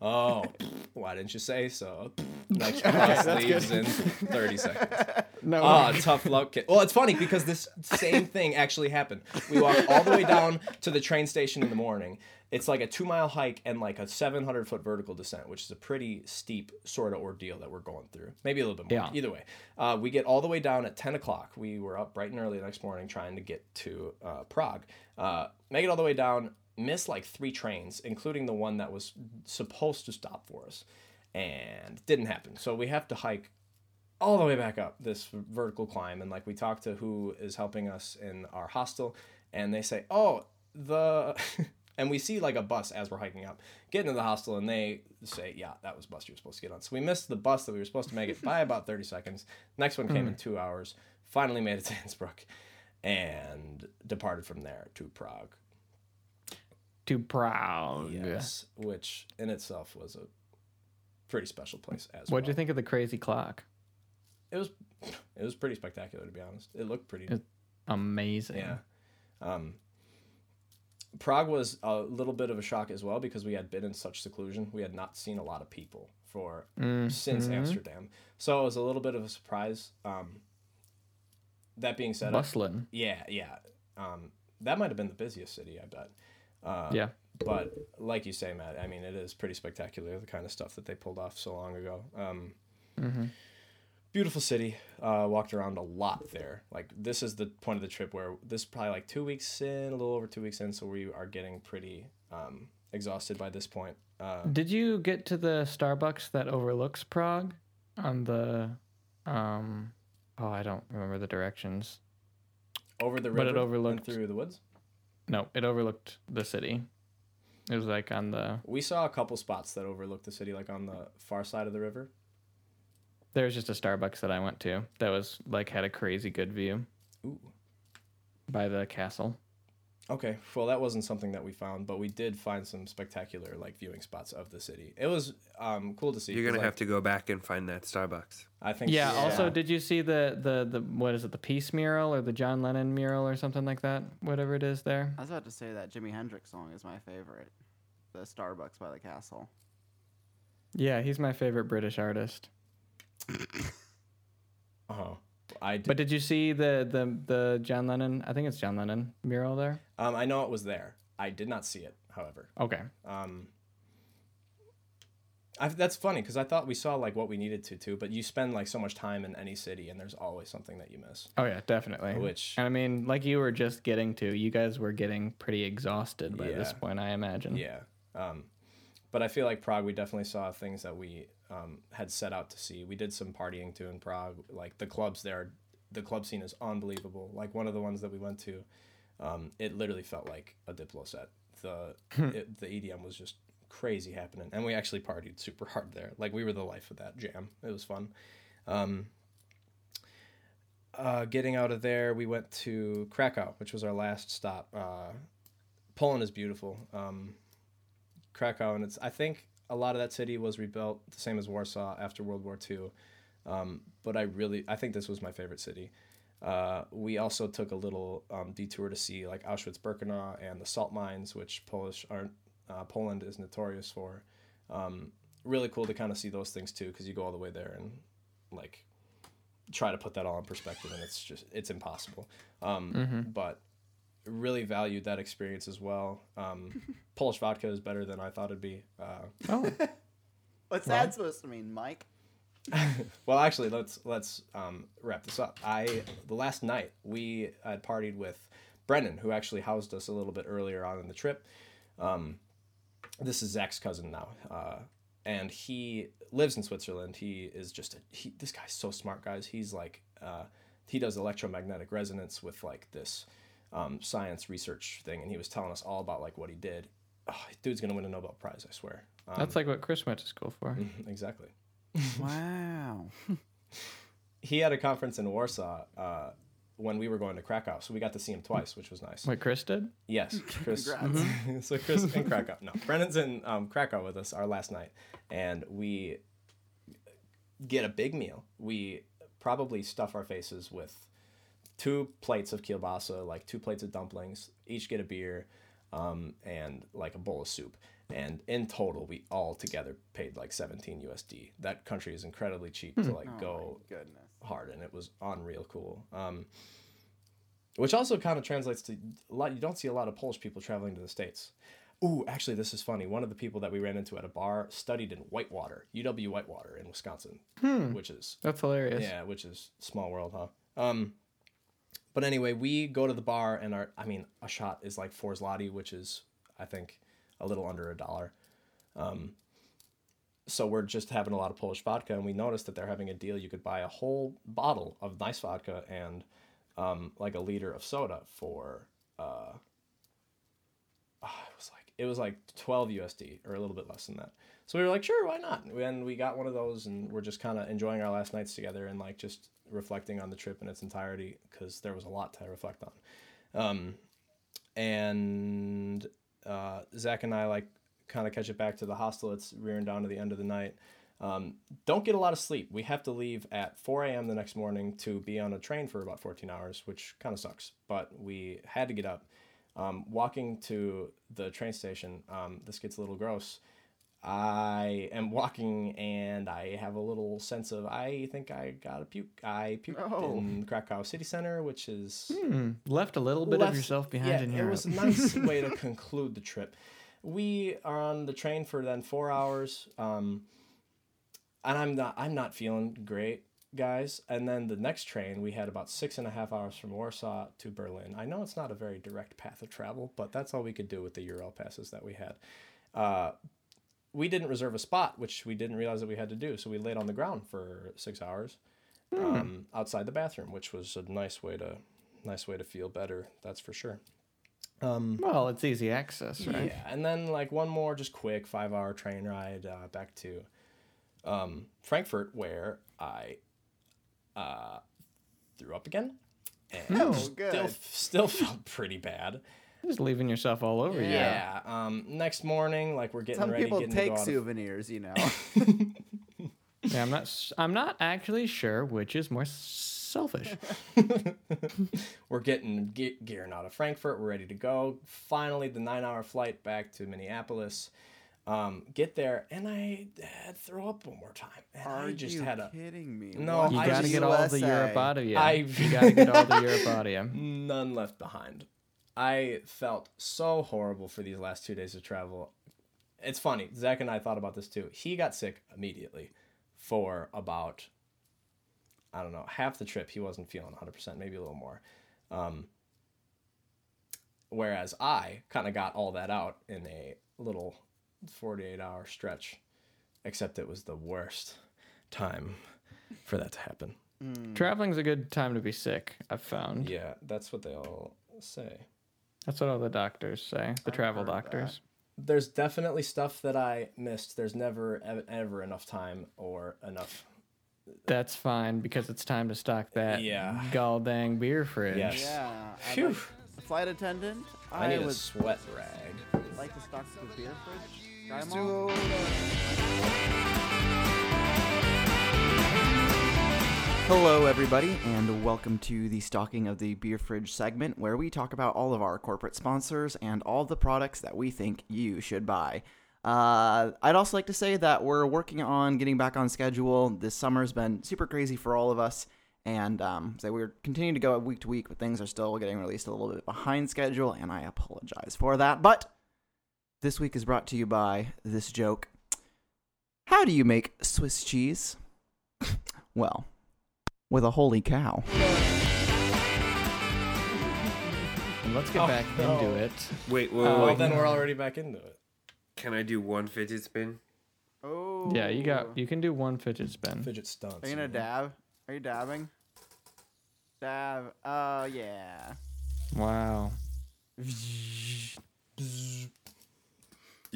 Speaker 1: Oh, why didn't you say so? Next bus leaves in 30 seconds.
Speaker 2: No.
Speaker 1: Ah, tough luck kid. Well, it's funny because this same thing actually happened. We walked all the way down to the train station in the morning. It's like a two mile hike and like a 700 foot vertical descent, which is a pretty steep sort of ordeal that we're going through. Maybe a little bit more.
Speaker 2: Yeah.
Speaker 1: Either way, uh, we get all the way down at 10 o'clock. We were up bright and early the next morning trying to get to uh, Prague. Uh, make it all the way down, miss like three trains, including the one that was supposed to stop for us. And didn't happen. So we have to hike all the way back up this vertical climb and like we talked to who is helping us in our hostel and they say oh the *laughs* and we see like a bus as we're hiking up get into the hostel and they say yeah that was the bus you were supposed to get on so we missed the bus that we were supposed to make it by about 30 seconds next one
Speaker 2: Hmm.
Speaker 1: came in two hours finally made it to *laughs* innsbruck and departed from there to prague
Speaker 2: Too proud.
Speaker 1: yes which in itself was a pretty special place as
Speaker 2: What'd
Speaker 1: well
Speaker 2: you think of the crazy clock?
Speaker 1: it was it was pretty spectacular to be honest it looked pretty
Speaker 2: Amazing.
Speaker 1: Yeah. Um, Prague was a little bit of a shock as well because we had been in such seclusion. We had not seen a lot of people for since Amsterdam. So it was a little bit of a surprise. Um, that being said,
Speaker 2: Bustling.
Speaker 1: yeah, yeah. Um, that might have been the busiest city, I bet. Uh,
Speaker 2: yeah.
Speaker 1: But like you say, Matt, I mean, it is pretty spectacular the kind of stuff that they pulled off so long ago. Um,
Speaker 2: Mm-hmm.
Speaker 1: Beautiful city. Uh, walked around a lot there. Like this is the point of the trip where this is probably like two weeks in, a little over two weeks in, so we are getting pretty um, exhausted by this point. Uh,
Speaker 2: Did you get to the Starbucks that overlooks Prague on the um oh I don't remember the directions.
Speaker 1: over the river,
Speaker 2: But it
Speaker 1: and
Speaker 2: overlooked-
Speaker 1: through the woods.
Speaker 2: No, it overlooked the city. It was like on the
Speaker 1: We saw a couple spots that overlooked the city, like on the far side of the river.
Speaker 2: there was just a Starbucks that I went to that was like had a crazy good view
Speaker 1: Ooh.
Speaker 2: by the castle.
Speaker 1: Okay, well that wasn't something that we found, but we did find some spectacular like viewing spots of the city. It was um, cool to see.
Speaker 4: You're gonna
Speaker 1: 'cause, like,
Speaker 4: have to go back and find that Starbucks.
Speaker 1: I think. uh,
Speaker 2: Yeah, also did you see the, the the what is it, the peace mural or the John Lennon mural or something like that? Whatever it is there.
Speaker 3: I was about to say that Jimi Hendrix song is my favorite. The Starbucks by the castle.
Speaker 2: Yeah, he's my favorite British artist.
Speaker 1: Uh huh. I did.
Speaker 2: But did you see the the the John Lennon? I think it's John Lennon mural there.
Speaker 1: Um, I know it was there. I did not see it, however.
Speaker 2: Okay.
Speaker 1: Um, I, that's funny because I thought we saw like what we needed to too, but you spend like so much time in any city and there's always something that you miss.
Speaker 2: Oh yeah, definitely.
Speaker 1: Which-
Speaker 2: and I mean, like you were just getting to, you guys were getting pretty exhausted by this
Speaker 1: Yeah.
Speaker 2: point, I imagine.
Speaker 1: Yeah. Um, but I feel like Prague, we definitely saw things that we um, had set out to see. We did some partying too in Prague. Like the clubs there, the club scene is unbelievable. Like one of the ones that we went to, um, it literally felt like a Diplo set. The it, the EDM was just crazy happening, and we actually partied super hard there. Like we were the life of that jam. It was fun. Um, uh, getting out of there, we went to Krakow, which was our last stop. Uh, Poland is beautiful. Um, Krakow, and it's I think a lot of that city was rebuilt the same as Warsaw after World War II. Um, but I really I think this was my favorite city. Uh, we also took a little um, detour to see like Auschwitz Birkenau and the salt mines, which Polish are uh, Poland is notorious for. Um, really cool to kind of see those things too, because you go all the way there and like try to put that all in perspective, and it's just it's impossible. Um, But really valued that experience as well. Um, Polish vodka is better than I thought it'd be. Uh,
Speaker 2: Oh,
Speaker 3: What's that supposed to mean, Mike?
Speaker 1: well, actually, let's let's um, wrap this up. I the last night we had partied with Brennan, who actually housed us a little bit earlier on in the trip. Um, this is Zach's cousin now, uh, and he lives in Switzerland. He is just a he, this guy's so smart, guys. He's like uh, he does electromagnetic resonance with like this um, science research thing, and he was telling us all about like what he did. Oh, dude's gonna win a Nobel Prize, I swear. *laughs* Um,
Speaker 2: that's like what Chris went to school for.
Speaker 1: Mm. exactly.
Speaker 3: Wow.
Speaker 1: he had a conference in Warsaw uh, when we were going to Krakow, so we got to see him twice, which was nice.
Speaker 2: What Chris did?
Speaker 1: Yes, Chris. *laughs* so Chris in Krakow. No, Brennan's in um, Krakow with us our last night, and we get a big meal. We probably stuff our faces with two plates of kielbasa, like two plates of dumplings, each get a beer, um, and like a bowl of soup. And in total, we all together paid like 17 USD. That country is incredibly cheap to like go
Speaker 3: Goodness.
Speaker 1: hard, and it was unreal cool. Um, which also kind of translates to a lot. You don't see a lot of Polish people traveling to the states. Ooh, actually, this is funny. One of the people that we ran into at a bar studied in Whitewater, UW Whitewater in Wisconsin, which is
Speaker 2: That's hilarious.
Speaker 1: yeah, which is small world, huh? Um, but anyway, we go to the bar and our, I mean, a shot is like four zloty, which is I think a little under a dollar. Um, so we're just having a lot of Polish vodka, and we noticed that they're having a deal. You could buy a whole bottle of nice vodka and um, like a liter of soda for uh, Ah, it was like it was like 12 USD or a little bit less than that. So we were like, sure, why not? And we got one of those, and we're just kind of enjoying our last nights together and like just reflecting on the trip in its entirety because there was a lot to reflect on. Um, and uh, Zach and I like kind of catch it back to the hostel. It's rearing down to the end of the night. Um, don't get a lot of sleep. We have to leave at 4 a.m. the next morning to be on a train for about 14 hours, which kind of sucks. But we had to get up. Um, walking to the train station, um, this gets a little gross. I am walking and I have a little sense of I think I got a puke. I puked
Speaker 3: Oh.
Speaker 1: in Krakow city center, which is
Speaker 2: Hmm. Left a little bit
Speaker 1: left-
Speaker 2: of yourself behind
Speaker 1: yeah,
Speaker 2: in Europe.
Speaker 1: It was a nice way to conclude the trip. We are on the train for then four hours, um, and I'm not I'm not feeling great, guys. And then the next train we had about six and a half hours from Warsaw to Berlin. I know it's not a very direct path of travel, but that's all we could do with the URL passes that we had. Uh, we didn't reserve a spot, which we didn't realize that we had to do, so we laid on the ground for six hours um, outside the bathroom, which was a nice way to nice way to feel better. That's for sure.
Speaker 3: Um,
Speaker 2: well, it's easy access, right?
Speaker 1: Yeah, and then like one more just quick five hour train ride uh, back to um, Frankfurt, where I uh, threw up again, and
Speaker 3: Oh,
Speaker 1: still
Speaker 3: good.
Speaker 1: still felt pretty bad.
Speaker 2: Just leaving yourself all over you.
Speaker 1: Yeah. Um, next morning, like we're *laughs* getting
Speaker 3: Some
Speaker 1: ready,
Speaker 3: people
Speaker 1: getting to
Speaker 3: take
Speaker 1: go out of- *laughs*
Speaker 3: souvenirs, you know.
Speaker 2: Yeah, I'm not. s- I'm not actually sure which is
Speaker 1: *laughs*
Speaker 2: more selfish.
Speaker 1: we're getting ge- gearing out of Frankfurt. We're ready to go. Finally, the nine hour flight back to Minneapolis. Um, get there, and I had throw up one more time, and
Speaker 3: Are
Speaker 1: I just
Speaker 3: you
Speaker 1: had a
Speaker 3: kidding me?
Speaker 1: No,
Speaker 3: What
Speaker 2: You
Speaker 1: I
Speaker 2: gotta
Speaker 1: just-
Speaker 2: get all the
Speaker 3: USA.
Speaker 2: Europe out of you.
Speaker 1: I- Hmm.
Speaker 2: You gotta get
Speaker 1: *laughs*
Speaker 2: all the Europe out of you.
Speaker 1: none left behind. I felt so horrible for these last two days of travel. It's funny, Zach and I thought about this too. He got sick immediately for about, I don't know, half the trip. He wasn't feeling 100%, maybe a little more. Um, whereas I kind of got all that out in a little 48 hour stretch, except it was the worst time for that to happen.
Speaker 2: Traveling's a good time to be sick. I've found.
Speaker 1: Yeah, that's what they all say.
Speaker 2: That's what all the doctors say. The travel doctors.
Speaker 1: there's definitely stuff that I missed. There's never ev- ever enough time or enough.
Speaker 2: That's fine because it's time to stock that
Speaker 1: Yeah.
Speaker 2: gall dang beer fridge.
Speaker 1: Yes.
Speaker 3: Yeah. I'd
Speaker 1: Phew.
Speaker 3: like- flight attendant. I,
Speaker 1: I need a
Speaker 3: would
Speaker 1: sweat rag.
Speaker 3: like to stock the beer fridge. Try 'em all. Hello, everybody, and welcome to the Stocking of the Beer Fridge segment where we talk about all of our corporate sponsors and all the products that we think you should buy. Uh, I'd also like to say that we're working on getting back on schedule. This summer's been super crazy for all of us, and um, so we're continuing to go week to week, but things are still getting released a little bit behind schedule, and I apologize for that. But this week is brought to you by this joke How do you make Swiss cheese? *laughs* well, with a holy cow.
Speaker 2: And let's get
Speaker 1: Oh,
Speaker 2: back
Speaker 1: no.
Speaker 2: into it.
Speaker 4: Wait, wait,
Speaker 2: Oh,
Speaker 1: Well,
Speaker 4: wait.
Speaker 1: then we're already back into it.
Speaker 4: Can I do one fidget spin?
Speaker 3: Oh.
Speaker 2: Yeah, you got. You can do one fidget
Speaker 5: Hmm?
Speaker 2: spin.
Speaker 1: Fidget stunts.
Speaker 3: Are you gonna dab? Are you dabbing? Dab. Oh, yeah.
Speaker 2: Wow.
Speaker 4: You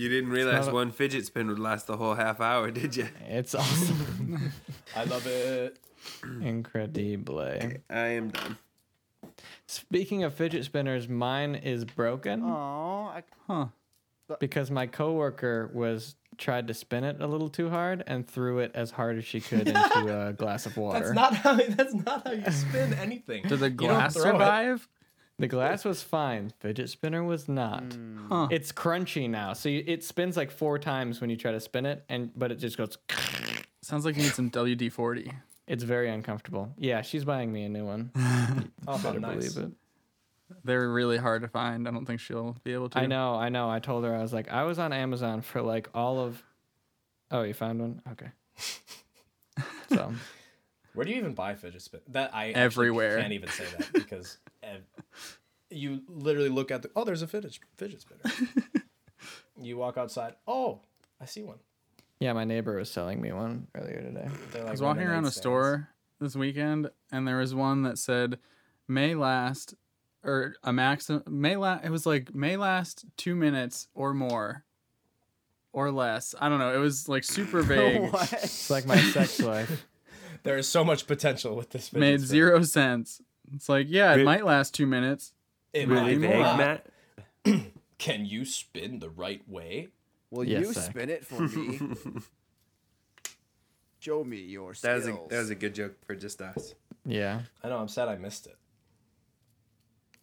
Speaker 4: didn't realize
Speaker 2: not a-
Speaker 4: one fidget spin would last the whole half hour, did you?
Speaker 2: It's
Speaker 1: *laughs*
Speaker 2: *laughs* awesome.
Speaker 1: I love it.
Speaker 2: Incredible.
Speaker 4: I am done.
Speaker 2: Speaking of fidget spinners, mine is broken
Speaker 3: Oh, I, *laughs*
Speaker 5: Huh.
Speaker 2: because my coworker was tried to spin it a little too hard and threw it as hard as she could into
Speaker 1: *laughs*
Speaker 2: a glass of water.
Speaker 1: That's not how. That's not how you spin anything.
Speaker 5: Did the
Speaker 1: You don't
Speaker 5: glass
Speaker 1: throw it.
Speaker 5: survive?
Speaker 2: the glass was fine. Fidget spinner was not.
Speaker 1: Hmm.
Speaker 5: Huh.
Speaker 2: It's crunchy now, so you, it spins like four times when you try to spin it, and but it just goes. *sniffs*
Speaker 5: Sounds like you need some WD 40.
Speaker 2: It's very uncomfortable. Yeah, she's buying me a new
Speaker 1: *laughs*
Speaker 2: one.
Speaker 1: Oh, how
Speaker 2: Better
Speaker 1: nice.
Speaker 2: believe it.
Speaker 5: They're really hard to find. I don't think she'll be able to.
Speaker 2: I know, I know. I told her I was like, I was on Amazon for like all of. Oh, you found one?
Speaker 1: *laughs*
Speaker 2: Okay. so
Speaker 1: Where do you even buy fidget spin? That I actually
Speaker 5: Everywhere.
Speaker 1: can't even say that because ev- you literally look at the oh, there's a fidget fidget
Speaker 5: *laughs*
Speaker 1: spinner. you walk outside. Oh, I see one.
Speaker 2: yeah, my neighbor was selling me one earlier today.
Speaker 1: They're like
Speaker 5: I was walking around a store this weekend, and there was one that said May last or a maximum May last. It was like May last two minutes or more, or less. I don't know. It was like super vague.
Speaker 3: What?
Speaker 2: It's
Speaker 1: *laughs*
Speaker 2: like my sex life.
Speaker 1: There is so much potential with this. Fidget
Speaker 5: Made
Speaker 1: spinner.
Speaker 5: zero sense. It's like yeah, it
Speaker 4: Re-
Speaker 5: might last two minutes.
Speaker 1: It
Speaker 4: Really
Speaker 1: might
Speaker 4: vague,
Speaker 1: not.
Speaker 4: Matt.
Speaker 1: Can you spin the right way?
Speaker 3: Will
Speaker 2: Yes,
Speaker 3: you
Speaker 2: Zach.
Speaker 3: spin it for me? *laughs* Show me your
Speaker 4: That
Speaker 3: skills.
Speaker 4: was a that was a good joke for just us.
Speaker 2: Yeah,
Speaker 1: I know. I'm sad I missed it.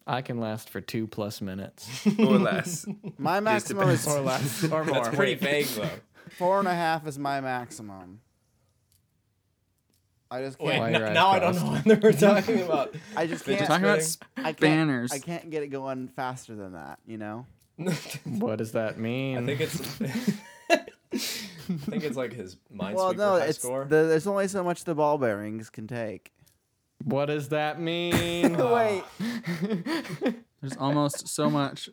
Speaker 2: I can last for two plus minutes
Speaker 4: Or less.
Speaker 3: my maximum
Speaker 4: *laughs*
Speaker 3: is
Speaker 2: or
Speaker 3: *laughs*
Speaker 2: less or more.
Speaker 1: That's pretty vague
Speaker 2: *laughs*
Speaker 1: though.
Speaker 3: four and a half. Is my maximum. I just
Speaker 1: Wait,
Speaker 3: can't.
Speaker 2: Why
Speaker 1: n-
Speaker 2: your eyes
Speaker 1: now I don't
Speaker 2: crossed?
Speaker 1: know what
Speaker 2: *laughs*
Speaker 1: we're talking about.
Speaker 3: I just
Speaker 1: They
Speaker 3: can't.
Speaker 5: Talking about
Speaker 3: *laughs* I can't,
Speaker 5: spanners.
Speaker 3: I can't get it going faster than that. You know.
Speaker 1: I think
Speaker 2: what does that mean?
Speaker 1: it's. *laughs* I think it's like his mind
Speaker 3: well, no,
Speaker 1: high
Speaker 3: it's
Speaker 1: score.
Speaker 3: the, there's only so much the ball bearings can take.
Speaker 2: what does
Speaker 1: *laughs*
Speaker 2: that mean?
Speaker 3: Wait.
Speaker 5: There's almost so much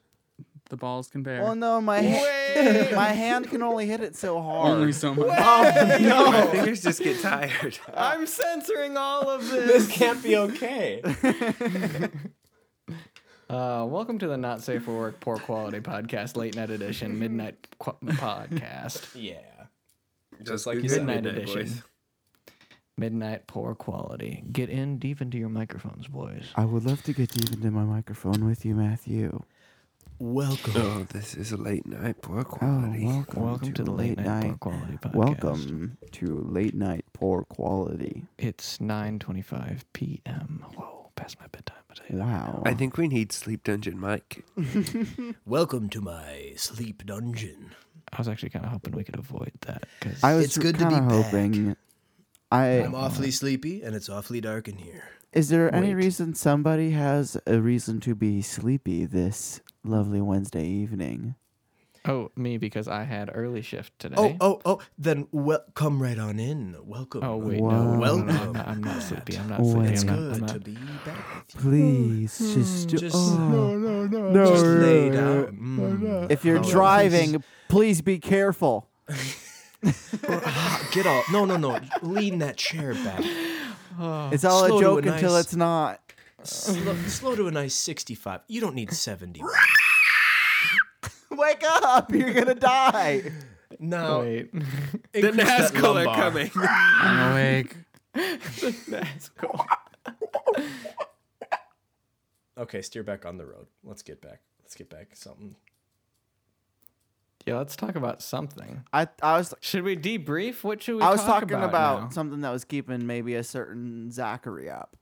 Speaker 5: the balls can bear.
Speaker 3: Well, no, my *laughs* my hand can only hit it so hard.
Speaker 5: Only so much.
Speaker 4: My fingers just get tired.
Speaker 2: I'm censoring all of
Speaker 1: *laughs* this can't be
Speaker 2: *laughs*
Speaker 1: okay.
Speaker 2: Uh, welcome to the Not Safe for Work Poor Quality Podcast, Late Night Edition, Midnight qu- Podcast,
Speaker 1: Yeah.
Speaker 4: Just
Speaker 1: like you said.
Speaker 2: Midnight Edition. Midnight Poor Quality. Get in deep into your microphones, boys.
Speaker 3: I would love to get deep into my microphone with you, Matthew.
Speaker 1: Welcome.
Speaker 4: Oh, this is a late night poor quality.
Speaker 3: Oh, welcome,
Speaker 2: Welcome to the Late Night Poor Quality Podcast.
Speaker 3: Welcome to late night poor quality.
Speaker 2: It's 9:25 p.m. Whoa, past my bedtime today.
Speaker 3: Wow.
Speaker 4: I think we need Sleep Dungeon Mike.
Speaker 1: Welcome to my sleep dungeon.
Speaker 2: I was actually kind of hoping we could avoid that because
Speaker 3: I was
Speaker 1: It's good to
Speaker 3: kind of
Speaker 1: be back.
Speaker 3: hoping. I
Speaker 1: awfully sleepy and it's awfully dark in here.
Speaker 3: is there any
Speaker 2: Wait.
Speaker 3: reason somebody has a reason to be sleepy this lovely Wednesday evening?
Speaker 2: oh me because I had early shift today.
Speaker 1: Oh, oh, oh. Then well, come right on in. Welcome.
Speaker 2: Oh, wait,
Speaker 3: Wow.
Speaker 2: no, no, no, no,
Speaker 1: Welcome.
Speaker 2: I'm not- I'm not sleepy. I'm not
Speaker 3: Wait.
Speaker 2: sleepy.
Speaker 1: It's
Speaker 2: I'm not,
Speaker 1: good
Speaker 2: I'm not-
Speaker 1: to be back with you.
Speaker 3: Please, just, do-
Speaker 1: Just,
Speaker 3: oh.
Speaker 5: no, no.
Speaker 3: No.
Speaker 1: just lay
Speaker 3: Uh,
Speaker 1: down. Mm.
Speaker 3: If you're
Speaker 1: Oh,
Speaker 3: driving, please be careful.
Speaker 1: Or, ah, *laughs* Get off. No, no, no. Lean that chair back.
Speaker 3: It's all
Speaker 1: Slow
Speaker 3: a
Speaker 1: to
Speaker 3: joke
Speaker 1: a
Speaker 3: until
Speaker 1: nice-
Speaker 3: it's not.
Speaker 1: Slow, slow to a nice 65. You don't need 70.
Speaker 3: Wake up! You're gonna die.
Speaker 1: No.
Speaker 2: Oh, Wait. *laughs*
Speaker 4: The
Speaker 1: increase that
Speaker 4: Nazgul are
Speaker 1: lumbar.
Speaker 4: coming.
Speaker 5: I'm
Speaker 2: *laughs*
Speaker 5: awake.
Speaker 1: Okay, steer back on the road. Let's get back. Let's get back. Something.
Speaker 2: yeah, let's talk about something.
Speaker 3: *laughs* I I was
Speaker 2: Should we debrief? What should we?
Speaker 3: I was
Speaker 2: talk
Speaker 3: talking about,
Speaker 2: now?
Speaker 3: something that was keeping maybe a certain Zachary up,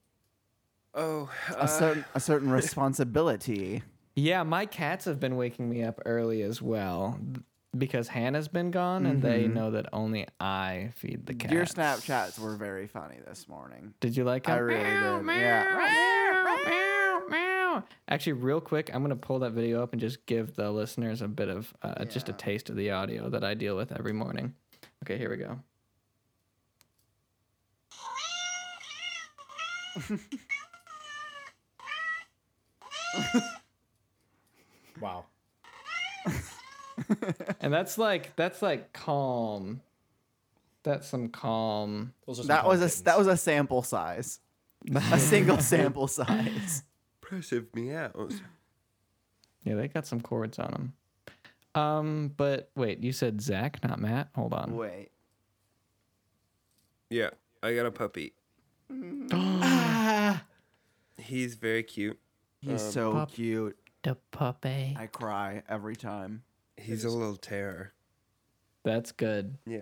Speaker 4: *laughs* Oh,
Speaker 3: a certain a certain responsibility.
Speaker 2: Yeah, my cats have been waking me up early as well th- because Hannah's been gone, and they know that only I feed the cats.
Speaker 3: Your Snapchats were very funny this morning.
Speaker 2: Did you like?
Speaker 3: I
Speaker 2: how-
Speaker 3: really did. Yeah.
Speaker 2: Meow, meow, meow. Actually, real quick, I'm gonna pull that video up and just give the listeners a bit of uh, just a taste of the audio that I deal with every morning. Okay, here we go.
Speaker 1: Wow.
Speaker 2: And that's like that's like calm. That's some calm.
Speaker 1: Those are some
Speaker 3: That was
Speaker 1: pumpkins.
Speaker 3: a that was a sample size, a single sample size.
Speaker 4: impressive meows.
Speaker 2: Yeah, they got some chords on them. Um, but wait, you said Zach, not Matt. Hold on.
Speaker 3: Wait.
Speaker 4: Yeah, I got a puppy. He's very cute.
Speaker 3: He's so
Speaker 2: Pop-
Speaker 3: cute.
Speaker 2: The puppy.
Speaker 3: I cry every time.
Speaker 4: He's a little terror.
Speaker 2: That's good.
Speaker 4: Yeah.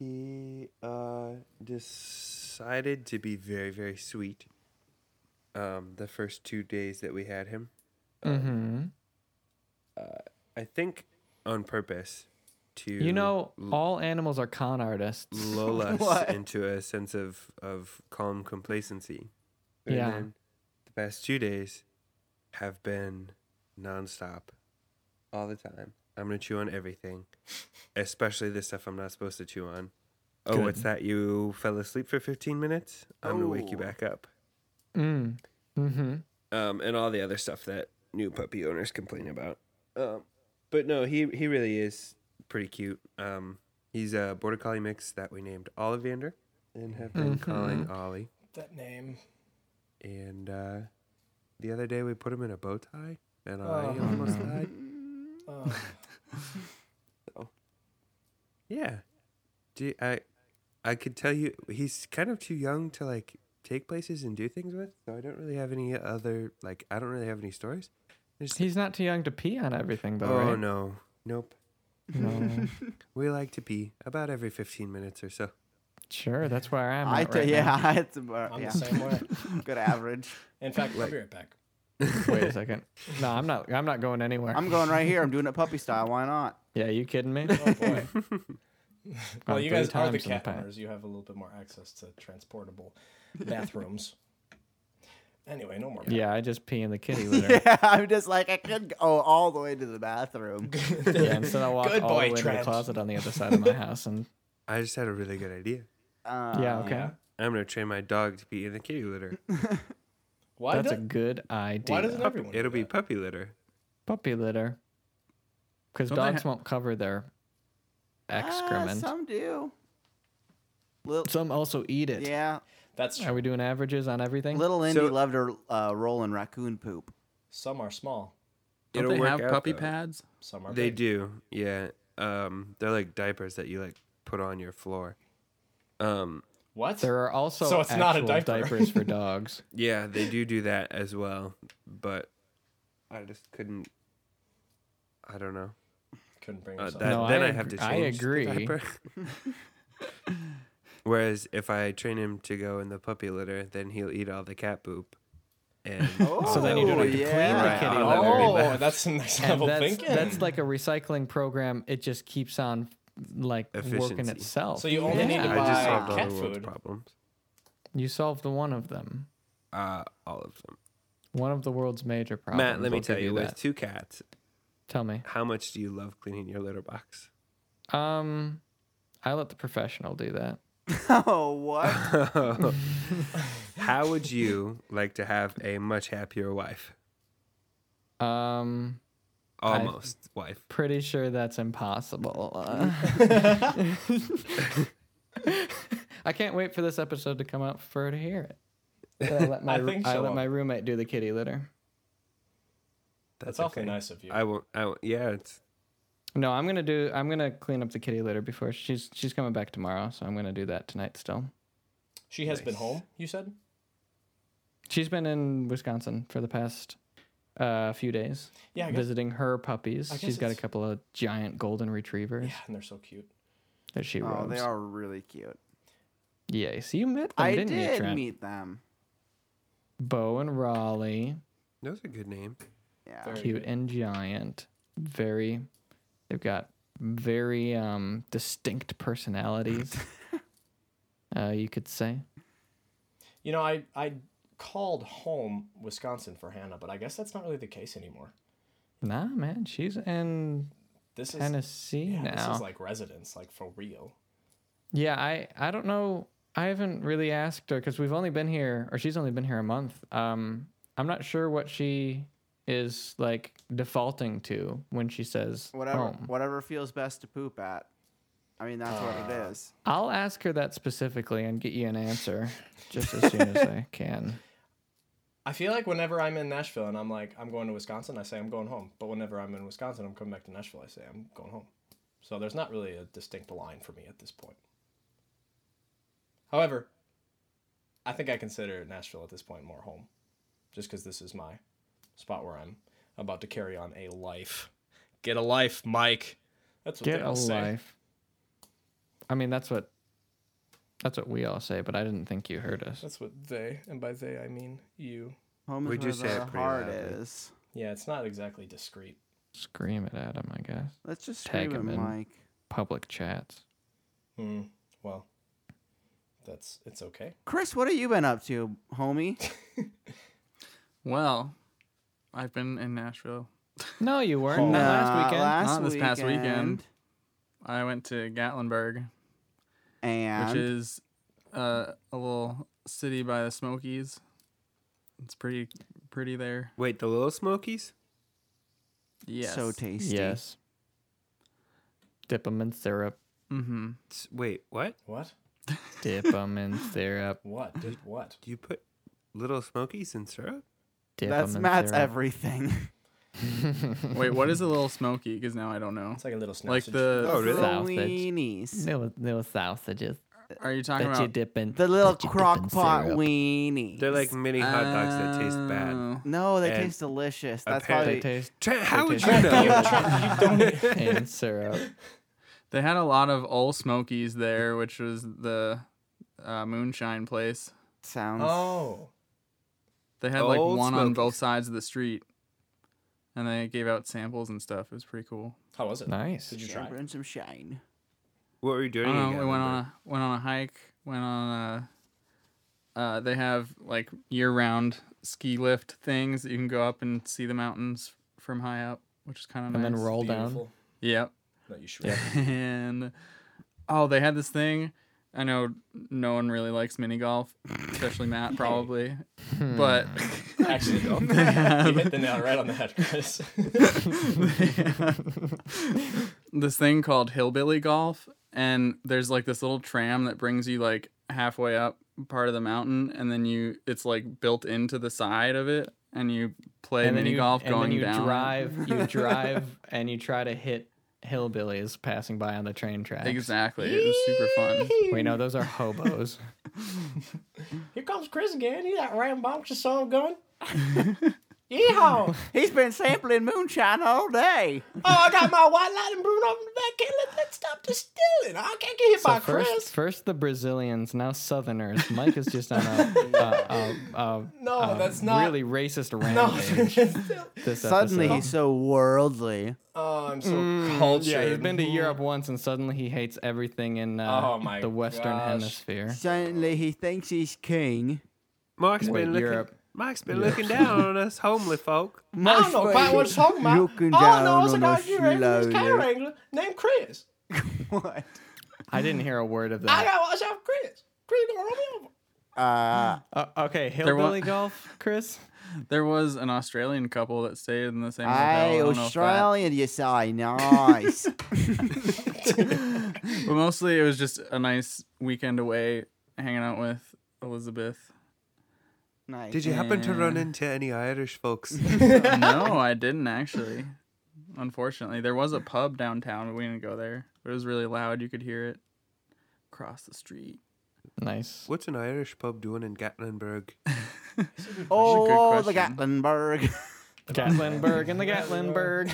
Speaker 4: He uh, decided to be very, very sweet um, the first two days that we had him.
Speaker 2: Mm-hmm.
Speaker 4: I think on purpose to
Speaker 2: You know, all animals are con
Speaker 3: *laughs*
Speaker 2: artists.
Speaker 4: lull us
Speaker 3: What?
Speaker 4: into a sense of, of calm complacency. And
Speaker 2: Yeah.
Speaker 4: then the past two days have been nonstop, all the time. I'm gonna chew on everything, especially the stuff I'm not supposed to chew on. Oh, what's that? You fell asleep for 15 minutes. I'm gonna wake you
Speaker 3: Oh.
Speaker 4: back up.
Speaker 2: Mm. Mm-hmm.
Speaker 4: Um, and all the other stuff that new puppy owners complain about. Um, but no, he he really is pretty cute. Um, he's a border collie mix that we named Ollivander, and have been calling Ollie.
Speaker 1: That name.
Speaker 4: And uh, the other day we put him in a bow tie, and I almost died.
Speaker 1: Oh.
Speaker 4: Yeah. Do you, I I could tell you he's kind of too young to like take places and do things with, so I don't really have any other like I don't really have any stories. There's
Speaker 2: He's not too young to pee on everything, though,
Speaker 4: Oh
Speaker 2: right?
Speaker 4: no. Nope.
Speaker 2: No.
Speaker 4: *laughs* We like to pee about every 15 minutes or so.
Speaker 2: Sure, that's where I'm
Speaker 3: I
Speaker 2: at
Speaker 3: tell
Speaker 2: right
Speaker 3: yeah,
Speaker 2: now.
Speaker 3: *laughs* it's about
Speaker 1: I'm
Speaker 3: yeah,
Speaker 1: the same way.
Speaker 3: *laughs* good average.
Speaker 1: In fact, I'll
Speaker 4: Like-
Speaker 1: be right
Speaker 2: *laughs*
Speaker 1: back.
Speaker 2: *laughs* Wait a second. No, I'm not. I'm not going anywhere.
Speaker 3: I'm going right here. I'm doing it puppy style. Why not?
Speaker 2: Yeah, you kidding me?
Speaker 1: Oh boy. well,
Speaker 2: Gone
Speaker 1: you
Speaker 2: three
Speaker 1: guys are the
Speaker 2: times in the
Speaker 1: cat
Speaker 2: past.
Speaker 1: owners. You have a little bit more access to transportable bathrooms. Anyway, no more. *laughs*
Speaker 2: Yeah, I just pee in the kitty litter.
Speaker 3: Yeah, *laughs* I'm just like I could go all the way to the bathroom.
Speaker 2: Yeah, and so I walk
Speaker 1: Good
Speaker 2: all
Speaker 1: boy,
Speaker 2: the way to
Speaker 1: Trent.
Speaker 2: the closet on the other side of my house, and
Speaker 4: I just had a really good idea.
Speaker 3: Uh,
Speaker 2: yeah, okay,
Speaker 1: yeah.
Speaker 4: I'm going to train my dog to pee in the kitty litter.
Speaker 1: Why,
Speaker 2: that's
Speaker 1: do,
Speaker 2: a good idea.
Speaker 1: why doesn't *laughs* everyone? do
Speaker 4: It'll be
Speaker 1: that?
Speaker 4: puppy litter.
Speaker 2: Puppy litter, because
Speaker 5: Don't they
Speaker 2: dogs
Speaker 5: ha-
Speaker 2: won't cover their
Speaker 3: ah,
Speaker 2: excrement. some...
Speaker 3: some do. Little,
Speaker 2: also eat it.
Speaker 3: yeah,
Speaker 1: That's
Speaker 2: Are
Speaker 1: true.
Speaker 2: we doing averages on everything?
Speaker 3: little Indy
Speaker 4: So-
Speaker 3: loved her uh, rolling raccoon poop. *laughs*
Speaker 1: Some are small.
Speaker 5: Don't
Speaker 4: It'll
Speaker 5: they
Speaker 4: work
Speaker 5: have
Speaker 4: out,
Speaker 5: puppy
Speaker 4: though.
Speaker 5: pads?
Speaker 1: Some are.
Speaker 4: They
Speaker 1: big.
Speaker 4: do. Yeah. Um they're like diapers that you like put on your floor. Um
Speaker 1: What?
Speaker 2: There are also
Speaker 1: So it's not a
Speaker 2: actual
Speaker 1: diaper.
Speaker 2: diapers for dogs.
Speaker 4: yeah, they do do that as well, but I just couldn't I don't know.
Speaker 1: Couldn't bring
Speaker 4: Uh,
Speaker 1: yourself.
Speaker 4: that,
Speaker 2: No,
Speaker 4: then
Speaker 2: I
Speaker 4: I, have
Speaker 2: agr-
Speaker 4: to
Speaker 2: I
Speaker 4: change. the
Speaker 2: agree.
Speaker 1: *laughs*
Speaker 4: diaper. Whereas if I train him to go in the puppy litter, then he'll eat all the cat poop.
Speaker 1: *laughs*
Speaker 4: And
Speaker 2: So then you don't
Speaker 3: Oh,
Speaker 2: have to clean the
Speaker 3: yeah.
Speaker 2: kitty
Speaker 4: I'll
Speaker 2: litter.
Speaker 4: never be
Speaker 1: oh,
Speaker 4: left.
Speaker 1: that's some next
Speaker 2: And
Speaker 1: level
Speaker 2: that's,
Speaker 1: thinking.
Speaker 2: that's like a recycling program. It just keeps on like working
Speaker 4: Efficiency.
Speaker 2: itself.
Speaker 1: So you only need to
Speaker 4: *laughs* I
Speaker 1: buy
Speaker 4: just solved all
Speaker 1: cat
Speaker 4: the world's
Speaker 1: food.
Speaker 4: problems.
Speaker 2: you solved the one of them.
Speaker 4: Uh, all of them.
Speaker 2: One of the world's major problems.
Speaker 4: Matt, let me
Speaker 2: I'll
Speaker 4: tell
Speaker 2: give
Speaker 4: you, with
Speaker 2: that.
Speaker 4: two cats,
Speaker 2: Tell me.
Speaker 4: how much do you love cleaning your litter *laughs* box?
Speaker 2: Um, I let the professional do that.
Speaker 3: oh, what?
Speaker 4: How *laughs* would you like to have a much happier wife?
Speaker 2: Um,
Speaker 4: Almost wife.
Speaker 2: pretty sure that's impossible. *laughs* Uh, I can't wait for this episode to come out for her to hear it.
Speaker 1: *laughs*
Speaker 2: That I let my
Speaker 1: I think
Speaker 2: I
Speaker 1: so.
Speaker 2: let my roommate do the kitty litter.
Speaker 1: That's awfully nice of you.
Speaker 4: I won't. I won't. Yeah, it's
Speaker 2: No, I'm gonna do. I'm gonna clean up the kitty litter before she's she's coming back tomorrow, so I'm gonna do that tonight. Still,
Speaker 1: she has been home. You said.
Speaker 2: she's been in Wisconsin for the past uh, few days,
Speaker 1: Yeah, I guess,
Speaker 2: visiting her puppies.
Speaker 1: guess
Speaker 2: She's got a
Speaker 1: it's-
Speaker 2: couple of giant golden retrievers
Speaker 1: yeah, and they're so cute.
Speaker 2: that she
Speaker 3: Oh,
Speaker 2: robs.
Speaker 3: they are really cute.
Speaker 2: Yeah, so you met them,
Speaker 3: I
Speaker 2: didn't you,
Speaker 3: did
Speaker 2: Trent?
Speaker 3: meet them.
Speaker 2: Bo and Raleigh,
Speaker 4: those are good names. Ah,
Speaker 3: Yeah.
Speaker 1: Very
Speaker 2: cute
Speaker 1: good.
Speaker 2: and giant, very. They've got very um,
Speaker 1: *laughs*
Speaker 2: distinct personalities. uh, you could say.
Speaker 1: You know, I I called home Wisconsin for Hannah, but I guess that's not really the case anymore.
Speaker 2: Nah, man, she's in
Speaker 1: This is
Speaker 2: Tennessee
Speaker 1: yeah,
Speaker 2: now.
Speaker 1: this is like residence, like for real.
Speaker 2: yeah, I I don't know. I haven't really asked her because we've only been here, or she's only been here a month. Um, I'm not sure what she is like defaulting to when she says
Speaker 3: Whatever,
Speaker 2: home.
Speaker 3: whatever feels best to poop at. I mean, that's what
Speaker 2: Uh,
Speaker 3: it is.
Speaker 2: I'll ask her that specifically and get you an answer just as soon
Speaker 1: *laughs*
Speaker 2: as I can.
Speaker 1: I feel like whenever I'm in Nashville and I'm like, I'm going to Wisconsin, I say I'm going home. But whenever I'm in Wisconsin, I'm coming back to Nashville, I say I'm going home. So there's not really a distinct line for me at this point. However, I think I consider Nashville at this point more home, just because this is my spot where I'm about to carry on a life Get a life, Mike. That's what
Speaker 2: Get
Speaker 1: they
Speaker 2: a
Speaker 1: all say.
Speaker 2: life. I mean, that's what that's what we all say, but I didn't think you heard us.
Speaker 1: That's what they, and by they I mean you.
Speaker 3: Home
Speaker 4: We
Speaker 3: is
Speaker 4: do
Speaker 3: where
Speaker 4: say it
Speaker 3: the
Speaker 4: pretty
Speaker 3: heart
Speaker 4: loudly.
Speaker 3: is.
Speaker 1: Yeah, it's not exactly discreet.
Speaker 2: Scream it at him, I guess.
Speaker 3: Let's just
Speaker 2: Tag
Speaker 3: scream
Speaker 2: him
Speaker 3: it,
Speaker 2: in.
Speaker 3: Mike.
Speaker 2: Public chats.
Speaker 1: Hmm. Well, that's it's okay.
Speaker 3: Chris, what have you been up to, homie?
Speaker 5: Well, I've been in Nashville.
Speaker 2: No, you weren't.
Speaker 1: Oh.
Speaker 2: *laughs* Not
Speaker 3: Nah,
Speaker 2: last weekend.
Speaker 3: Last
Speaker 5: Not this past weekend.
Speaker 3: weekend.
Speaker 5: I went to Gatlinburg,
Speaker 3: And
Speaker 5: which is uh, a little city by the Smokies. It's pretty pretty there.
Speaker 4: Wait, the Little Smokies?
Speaker 5: Yes.
Speaker 3: so tasty.
Speaker 2: yes. Dip them in syrup.
Speaker 5: mm-hmm.
Speaker 4: S- Wait, what?
Speaker 1: What?
Speaker 2: Dip them in syrup.
Speaker 1: What?
Speaker 2: *laughs*
Speaker 1: Did what?
Speaker 4: You put Little Smokies in syrup?
Speaker 2: Dip
Speaker 3: That's
Speaker 2: 'em in
Speaker 3: Matt's
Speaker 2: syrup. *laughs*
Speaker 3: everything.
Speaker 5: Wait, what is a little smoky? Because now I don't know.
Speaker 1: It's like a little snack.
Speaker 5: Like the
Speaker 4: Oh, really?
Speaker 2: Sausage.
Speaker 3: Weenies.
Speaker 2: Little, little sausages
Speaker 5: are you talking
Speaker 2: that you
Speaker 5: about
Speaker 2: dip in.
Speaker 3: The little
Speaker 2: that you dip in
Speaker 3: crock pot
Speaker 2: syrup.
Speaker 3: weenies.
Speaker 4: They're like mini hot dogs that taste bad.
Speaker 5: Oh.
Speaker 3: No, they
Speaker 4: and
Speaker 3: taste delicious. That's
Speaker 2: They
Speaker 4: apparently-
Speaker 3: probably
Speaker 2: taste
Speaker 4: Trent, how would
Speaker 2: taste
Speaker 4: you know?
Speaker 5: *laughs*
Speaker 2: *laughs* in syrup.
Speaker 5: They had a lot of Old Smokies there, which was the uh, moonshine place.
Speaker 2: um,
Speaker 3: sounds.
Speaker 1: oh.
Speaker 5: They had like
Speaker 4: Old
Speaker 5: one on
Speaker 4: Smokies.
Speaker 5: both sides of the street, and they gave out samples and stuff. It was pretty cool.
Speaker 1: How was it?
Speaker 2: Nice.
Speaker 1: Did you try?
Speaker 3: Shampoo and some shine.
Speaker 4: What were you doing?
Speaker 5: I don't
Speaker 4: in
Speaker 5: know, we went
Speaker 4: Gatlinburg?
Speaker 5: on a went on a hike. Went on a. Uh, they have like year-round ski lift things that you can go up and see the mountains from high up, which is kind of
Speaker 2: And
Speaker 5: nice.
Speaker 2: then roll down.
Speaker 1: Beautiful.
Speaker 5: Yep. *laughs*
Speaker 1: No, you should.
Speaker 5: and oh, they had this thing. I know no one really likes mini golf, especially Matt probably, but
Speaker 1: *laughs* Actually,
Speaker 2: *laughs*
Speaker 1: though, *laughs* you hit the nail right on the head, Chris. *laughs*
Speaker 5: *laughs* this thing called hillbilly golf, and there's like this little tram that brings you like halfway up part of the mountain, and then you it's like built into the side of it, and you play mini
Speaker 2: you,
Speaker 5: golf going
Speaker 2: and then you
Speaker 5: down.
Speaker 2: drive, you drive, and you try to hit hillbillies passing by on the train tracks.
Speaker 5: Exactly, it was super fun.
Speaker 2: We know those are hobos.
Speaker 1: Here comes Chris again. He's that rambunctious song
Speaker 2: *laughs*
Speaker 1: going. Yeehaw!
Speaker 3: He's been sampling moonshine all day.
Speaker 1: Oh, I got my white lightning brewing over the back. Can't let that stop the stealing. I can't get hit
Speaker 2: So
Speaker 1: by
Speaker 2: first,
Speaker 1: Chris.
Speaker 2: first the Brazilians, now Southerners. Mike is just on a, a, a, a,
Speaker 1: No,
Speaker 2: a
Speaker 1: that's not.
Speaker 2: uh, really
Speaker 1: *laughs*
Speaker 2: racist
Speaker 1: No.
Speaker 2: rampage.
Speaker 1: *laughs*
Speaker 2: *laughs* This
Speaker 3: *laughs* Suddenly,
Speaker 2: episode.
Speaker 3: he's so worldly.
Speaker 1: oh, I'm so cultured.
Speaker 2: Mm, yeah, he's been to Europe once, and suddenly he hates everything in uh,
Speaker 1: Oh my
Speaker 2: the Western
Speaker 1: gosh.
Speaker 2: Hemisphere.
Speaker 3: Suddenly, he thinks he's king.
Speaker 4: Mark's
Speaker 2: Wait,
Speaker 4: been looking.
Speaker 2: Europe.
Speaker 4: Mark's been looking down on
Speaker 5: *laughs*
Speaker 4: us homely folk.
Speaker 1: I don't know about what you're talking about.
Speaker 3: Looking
Speaker 1: All I
Speaker 3: down
Speaker 1: know is I
Speaker 3: on
Speaker 1: got a
Speaker 3: us
Speaker 1: giraffe and this cat
Speaker 3: slowly.
Speaker 1: wrangler named Chris.
Speaker 3: *laughs* What?
Speaker 2: I didn't hear a word of
Speaker 1: I
Speaker 2: that.
Speaker 1: gotta watch out for Chris. Chris gonna roll me over.
Speaker 3: Uh,
Speaker 2: Uh, okay,
Speaker 5: wa-
Speaker 2: hillbilly golf,
Speaker 3: *laughs*
Speaker 2: Chris.
Speaker 5: There was an Australian couple that stayed in the same hotel. I
Speaker 3: I
Speaker 5: don't know if that-
Speaker 3: Australian, you say.
Speaker 2: *laughs*
Speaker 3: Nice.
Speaker 5: But mostly it was just a nice weekend away hanging out with Elizabeth.
Speaker 3: nice.
Speaker 4: Did you happen to run
Speaker 5: Yeah.
Speaker 4: into any Irish
Speaker 5: *laughs*
Speaker 4: folks?
Speaker 5: no, I didn't actually. Unfortunately, there was a pub downtown, but we didn't go there. It was really loud. You could hear it across the street.
Speaker 2: Nice.
Speaker 4: What's an Irish pub doing in
Speaker 5: *laughs*
Speaker 4: Gatlinburg?
Speaker 5: a good
Speaker 3: Oh, the
Speaker 5: question.
Speaker 3: Gatlinburg. *laughs*
Speaker 2: Gatlinburg
Speaker 1: *laughs*
Speaker 2: and the Gatlinburg.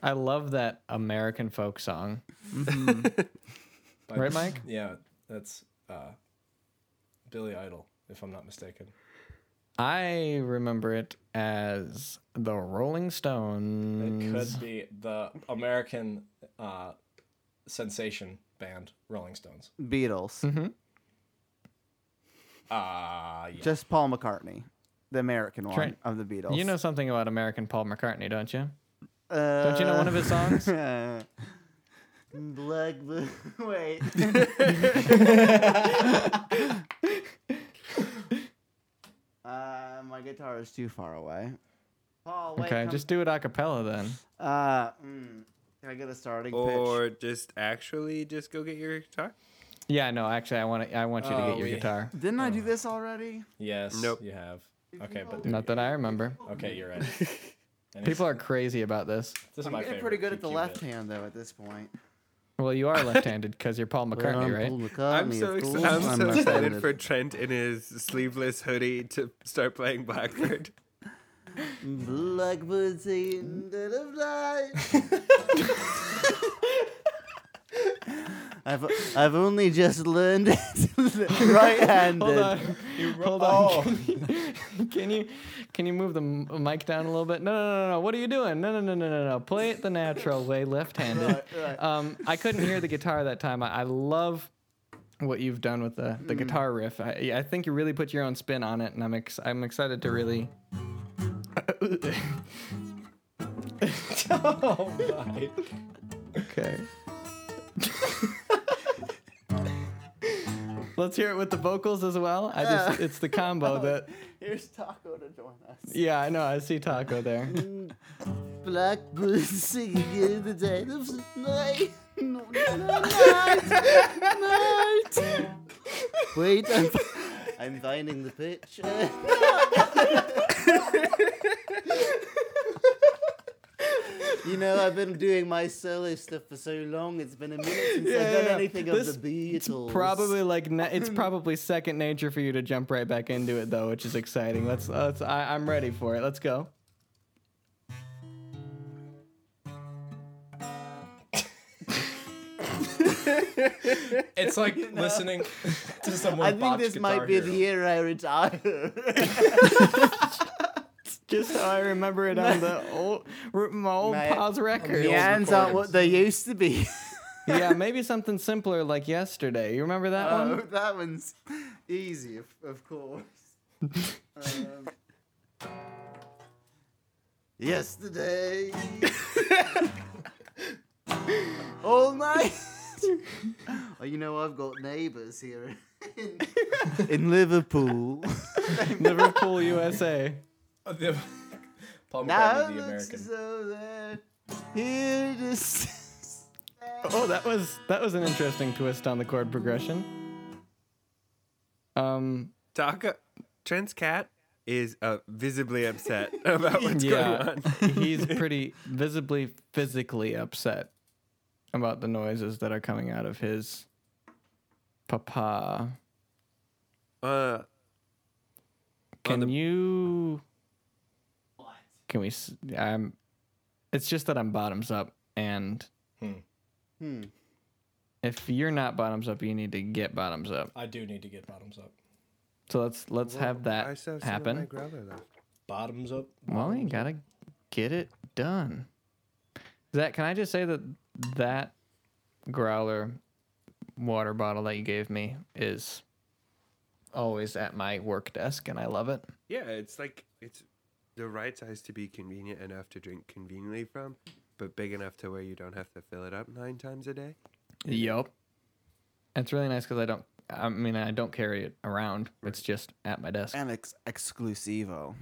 Speaker 2: I love that American folk song.
Speaker 5: Hmm.
Speaker 4: *laughs*
Speaker 2: Right, Mike?
Speaker 1: Yeah, that's uh, Billy Idol, if I'm not mistaken.
Speaker 2: I remember it as the Rolling Stones.
Speaker 1: It could be the American uh, sensation band Rolling Stones.
Speaker 2: Mm.
Speaker 3: Beatles.
Speaker 2: Mm-hmm.
Speaker 1: Ah, yeah.
Speaker 3: Just Paul McCartney, the American one
Speaker 2: Trent,
Speaker 3: of the Beatles.
Speaker 2: You know something about American Paul McCartney, don't you?
Speaker 3: uh,
Speaker 2: Don't you know one of his
Speaker 3: *laughs*
Speaker 2: songs?
Speaker 3: Black. *laughs*
Speaker 2: *laughs*
Speaker 3: Wait. uh, my guitar is too far away. Paul, wait.
Speaker 2: okay,
Speaker 3: come-
Speaker 2: just do it a cappella then.
Speaker 3: Uh, mm, can I get a starting pitch?
Speaker 4: Or just actually just go get your guitar?
Speaker 2: Yeah, no, actually, I want to, I want you to
Speaker 1: Oh,
Speaker 2: get your
Speaker 1: we-
Speaker 2: guitar.
Speaker 3: Didn't I do
Speaker 2: Oh.
Speaker 3: this already?
Speaker 1: yes,
Speaker 4: Nope.
Speaker 1: you have. Okay, but
Speaker 2: Not that I remember.
Speaker 1: okay,
Speaker 2: *laughs*
Speaker 1: you're right. And
Speaker 2: People are crazy about this.
Speaker 1: This is
Speaker 3: I'm
Speaker 1: my
Speaker 3: getting
Speaker 1: favorite.
Speaker 3: pretty good
Speaker 1: You
Speaker 3: at the
Speaker 1: cued it.
Speaker 3: left hand though at this point.
Speaker 2: Well, you are left-handed because you're Paul McCartney, right?
Speaker 4: I'm so, ex- I'm so
Speaker 5: *laughs*
Speaker 4: excited for Trent in his sleeveless hoodie to start playing Blackbird.
Speaker 3: Blackbirds in the night. *laughs* I've I've only just learned it *laughs*
Speaker 2: Hold
Speaker 3: right-handed.
Speaker 2: on. Hold on. Can, you, can you can you move the m- mic down a little bit? No, no, no, no. What are you doing? No, no, no, no, no, no. Play it the natural way, left-handed. Um, I couldn't hear the guitar that time. I, I love what you've done with the, the guitar riff. I, I think you really put your own spin on it, and I'm ex- I'm excited to really.
Speaker 1: oh *laughs* my.
Speaker 2: Okay. *laughs* Let's hear it with the vocals as well. I just it's the *laughs* combo that
Speaker 3: Here's Taco to join us.
Speaker 2: yeah, I know. I see Taco there.
Speaker 3: Blackbirds singing in the dead of the night. *laughs* No, no, no, night, night. Wait, *laughs* I'm, I'm finding the picture. *laughs* you know, I've been doing my solo stuff for so long. It's been a minute since
Speaker 2: Yeah,
Speaker 3: I've done
Speaker 2: yeah.
Speaker 3: anything
Speaker 2: This-
Speaker 3: of the Beatles.
Speaker 2: Probably like na- it's probably second nature for you to jump right back into it though, which is exciting. Let's let's I, I'm ready for it. Let's go.
Speaker 1: It's *laughs* like listening to someone.
Speaker 3: I think this might be the year I *laughs* retire.
Speaker 2: Just how I remember it on *laughs* the old r- my old
Speaker 3: Mate,
Speaker 2: pause record.
Speaker 3: the
Speaker 2: *laughs* Yeah.
Speaker 3: hands aren't what they used to be.
Speaker 2: maybe something simpler like yesterday. You remember that
Speaker 3: Oh,
Speaker 2: one?
Speaker 3: that one's easy, of, of course. um, yesterday. *laughs* All night. oh, you know, I've got neighbours here in, in *laughs* Liverpool.
Speaker 2: Liverpool, USA.
Speaker 1: the. *laughs* Paul
Speaker 3: now
Speaker 1: McCartney, the
Speaker 3: looks
Speaker 1: American.
Speaker 3: as though they're here to *laughs* s-
Speaker 2: Oh, that was that was an interesting twist on the chord progression. Um,
Speaker 4: Taka Trent's cat is uh, visibly
Speaker 2: *laughs*
Speaker 4: upset about what's
Speaker 2: yeah, *laughs*
Speaker 4: going on.
Speaker 2: he's pretty visibly physically upset about the noises that are coming out of his papa.
Speaker 4: Uh,
Speaker 2: Can
Speaker 4: the-
Speaker 2: you? Can we? s- I'm. It's just that I'm bottoms up, and
Speaker 3: Hmm.
Speaker 2: if you're not bottoms up, you need to get bottoms up.
Speaker 1: I do need to get bottoms up.
Speaker 2: So let's let's have
Speaker 4: I
Speaker 2: that
Speaker 4: still have some of my
Speaker 2: happen.
Speaker 4: growler left.
Speaker 1: Bottoms up.
Speaker 2: Well, you gotta get it done. Zach, can I just say that that growler water bottle that you gave me is always at my work desk, and I love it.
Speaker 4: Yeah, it's like it's the right size to be convenient enough to drink conveniently from, but big enough to where you don't have to fill it up nine times a day.
Speaker 2: Yep. It's really nice because I don't. I mean, I don't carry it around. It's just at my desk.
Speaker 3: And ex- exclusivo.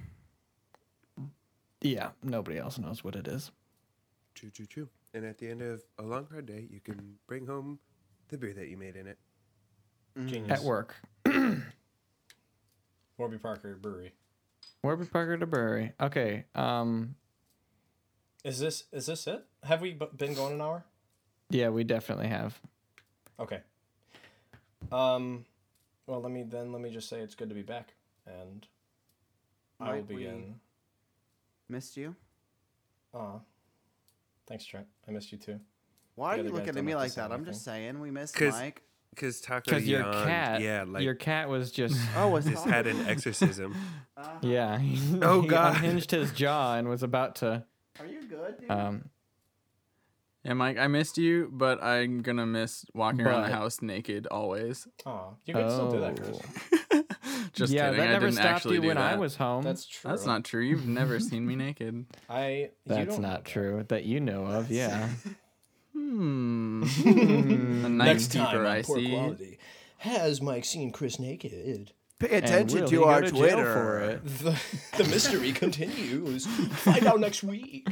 Speaker 2: Yeah, nobody else knows what it is.
Speaker 4: Choo choo choo. And at the end of a long hard day, you can bring home the beer that you made in it.
Speaker 1: Genius.
Speaker 2: At work,
Speaker 1: Warby Parker Brewery.
Speaker 2: Warby Parker to Brewery. Okay. Um.
Speaker 1: Is this is this it? Have we b- been going an hour?
Speaker 2: Yeah, we definitely have.
Speaker 1: Okay. Um, well, let me then let me just say it's good to be back, and I will
Speaker 3: Might we-
Speaker 1: begin.
Speaker 3: Missed you?
Speaker 1: Aw. thanks, Trent. I missed you too. The
Speaker 3: Why are you
Speaker 1: other guys
Speaker 3: looking at
Speaker 1: don't
Speaker 3: me
Speaker 1: have to
Speaker 3: like
Speaker 1: say
Speaker 3: that? I'm
Speaker 1: anything.
Speaker 3: just saying, we missed
Speaker 4: 'Cause-
Speaker 3: Mike.
Speaker 4: Cause Taco
Speaker 2: Because your
Speaker 4: yawned.
Speaker 2: cat.
Speaker 4: yeah, like
Speaker 2: your cat was just. *laughs*
Speaker 1: *laughs*
Speaker 3: Oh, Uh, it's
Speaker 4: just had an exorcism.
Speaker 2: Yeah. *laughs* he-
Speaker 4: Oh,
Speaker 2: he
Speaker 4: God.
Speaker 2: Unhinged his jaw and was about to.
Speaker 3: Are you good? Dude?
Speaker 2: Um.
Speaker 5: Yeah, Mike, I missed you, but I'm gonna miss walking around
Speaker 2: But-
Speaker 5: the house naked
Speaker 2: *laughs*
Speaker 5: always.
Speaker 1: Aw, you can still do that. Chris.
Speaker 2: Oh.
Speaker 5: Just
Speaker 2: yeah,
Speaker 5: kidding.
Speaker 2: that
Speaker 5: I
Speaker 2: never
Speaker 5: didn't
Speaker 2: stopped
Speaker 5: actually
Speaker 2: you
Speaker 5: do
Speaker 2: when I
Speaker 5: that.
Speaker 2: was home.
Speaker 1: That's true.
Speaker 5: That's not true. You've never
Speaker 2: *laughs*
Speaker 5: seen me naked.
Speaker 1: I. you
Speaker 2: That's
Speaker 1: don't know
Speaker 2: not
Speaker 1: that.
Speaker 2: true that you know of. Yeah.
Speaker 5: Hmm. *laughs* A
Speaker 1: Next
Speaker 5: nice
Speaker 1: time,
Speaker 5: deeper, I
Speaker 1: on poor
Speaker 5: see.
Speaker 1: quality. Has Mike seen Chris naked?
Speaker 3: Pay
Speaker 2: And will he go to jail for it?
Speaker 1: The, the mystery continues. Find out next week.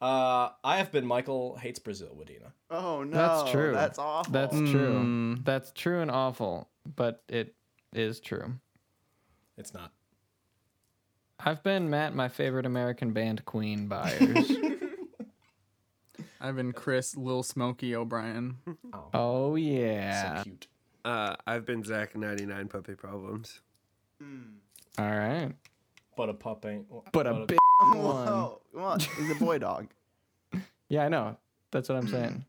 Speaker 1: Uh, I have been Michael hates Brazil, Wadena.
Speaker 3: Oh no,
Speaker 2: That's true.
Speaker 3: That's
Speaker 2: *laughs*
Speaker 3: awful.
Speaker 2: That's true.
Speaker 5: Mm.
Speaker 2: That's true and awful, but it is true.
Speaker 1: It's not.
Speaker 2: I've been Matt, my favorite American band, Queen
Speaker 5: *laughs*
Speaker 2: Buyers.
Speaker 5: I've been Chris Lil Smokey O'Brien.
Speaker 2: oh yeah.
Speaker 1: So cute.
Speaker 4: Uh, I've been Zach ninety nine puppy problems.
Speaker 2: All right.
Speaker 1: But a pup ain't.
Speaker 2: But a big one.
Speaker 3: *laughs* Whoa,
Speaker 2: *laughs*
Speaker 3: come on. He's a boy dog.
Speaker 2: Yeah, I know. That's what I'm saying.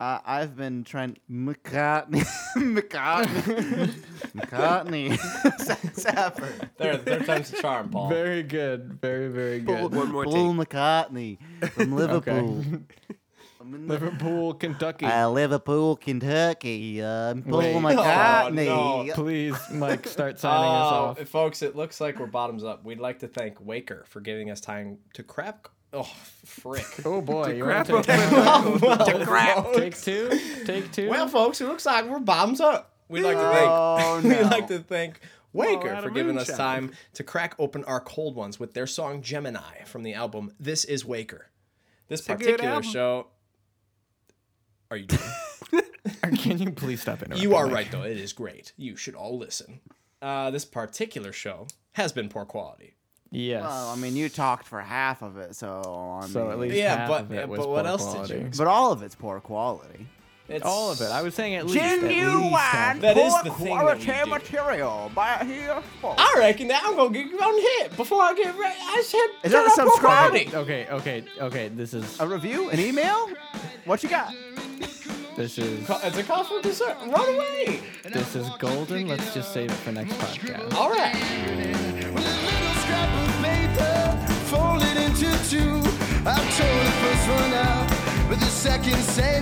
Speaker 3: Uh, I've been trying McCartney, *laughs* McCartney,
Speaker 2: *laughs*
Speaker 3: McCartney, Sapper,
Speaker 1: There, there times the charm, Paul.
Speaker 2: Very good. Very, very good.
Speaker 4: One more
Speaker 3: Paul McCartney from Liverpool.
Speaker 2: *laughs* Okay.
Speaker 3: I'm in Liverpool.
Speaker 2: Liverpool,
Speaker 5: *laughs*
Speaker 2: Kentucky.
Speaker 3: Uh, Liverpool, Kentucky. Um, Paul
Speaker 2: Wait. Oh,
Speaker 3: McCartney.
Speaker 1: no.
Speaker 2: Please, Mike, start signing us
Speaker 1: Oh,
Speaker 2: off.
Speaker 1: folks, it looks like we're bottoms up. We'd like to thank Waker for giving us time to crap. Oh, frick. Oh,
Speaker 2: Oh boy, you wanna take,
Speaker 4: crap
Speaker 1: to *laughs* crap.
Speaker 2: take two, take two. *laughs*
Speaker 1: Well, folks, it looks like we're bottoms up. We'd like to thank. *laughs*
Speaker 3: Oh,
Speaker 1: We'd
Speaker 3: no.
Speaker 1: like to thank
Speaker 2: Oh,
Speaker 1: Waker
Speaker 4: out
Speaker 1: for
Speaker 4: of
Speaker 1: giving us
Speaker 4: moonshine.
Speaker 1: time to crack open our cold ones with their song Gemini from the album This Is Waker. This
Speaker 4: a good
Speaker 1: particular
Speaker 4: album.
Speaker 1: show. Are you?
Speaker 2: *laughs* Can you please stop interrupting?
Speaker 1: You are
Speaker 2: Mike?
Speaker 1: right, though. It is great. You should all listen. Uh, this particular show has been poor quality.
Speaker 2: Yes.
Speaker 3: Well, I mean, you talked for half of it, so I mean,
Speaker 2: so at least
Speaker 1: Yeah,
Speaker 2: half
Speaker 1: but-
Speaker 2: of it
Speaker 1: yeah,
Speaker 2: was
Speaker 1: but what
Speaker 2: poor
Speaker 1: else did you
Speaker 2: quality.
Speaker 3: but all of it's poor quality.
Speaker 1: It's
Speaker 2: All of it. I was saying at least. at least half.
Speaker 3: Genuine
Speaker 1: uh, That is
Speaker 3: poor
Speaker 1: the thing that we
Speaker 3: quality
Speaker 1: do.
Speaker 3: material by here. for-
Speaker 1: I reckon that I'm gonna get one hit before I get ready. I said,
Speaker 3: Is that
Speaker 1: turn up poor
Speaker 3: a subscribe?
Speaker 1: quality.
Speaker 2: Okay, okay, okay. This is
Speaker 3: A review, an email. What you got?
Speaker 2: this is
Speaker 1: It's a call for dessert. Run away.
Speaker 2: this is golden. Let's just save it for next podcast.
Speaker 1: All right.
Speaker 6: folded into two. I've torn the first one out, but the second says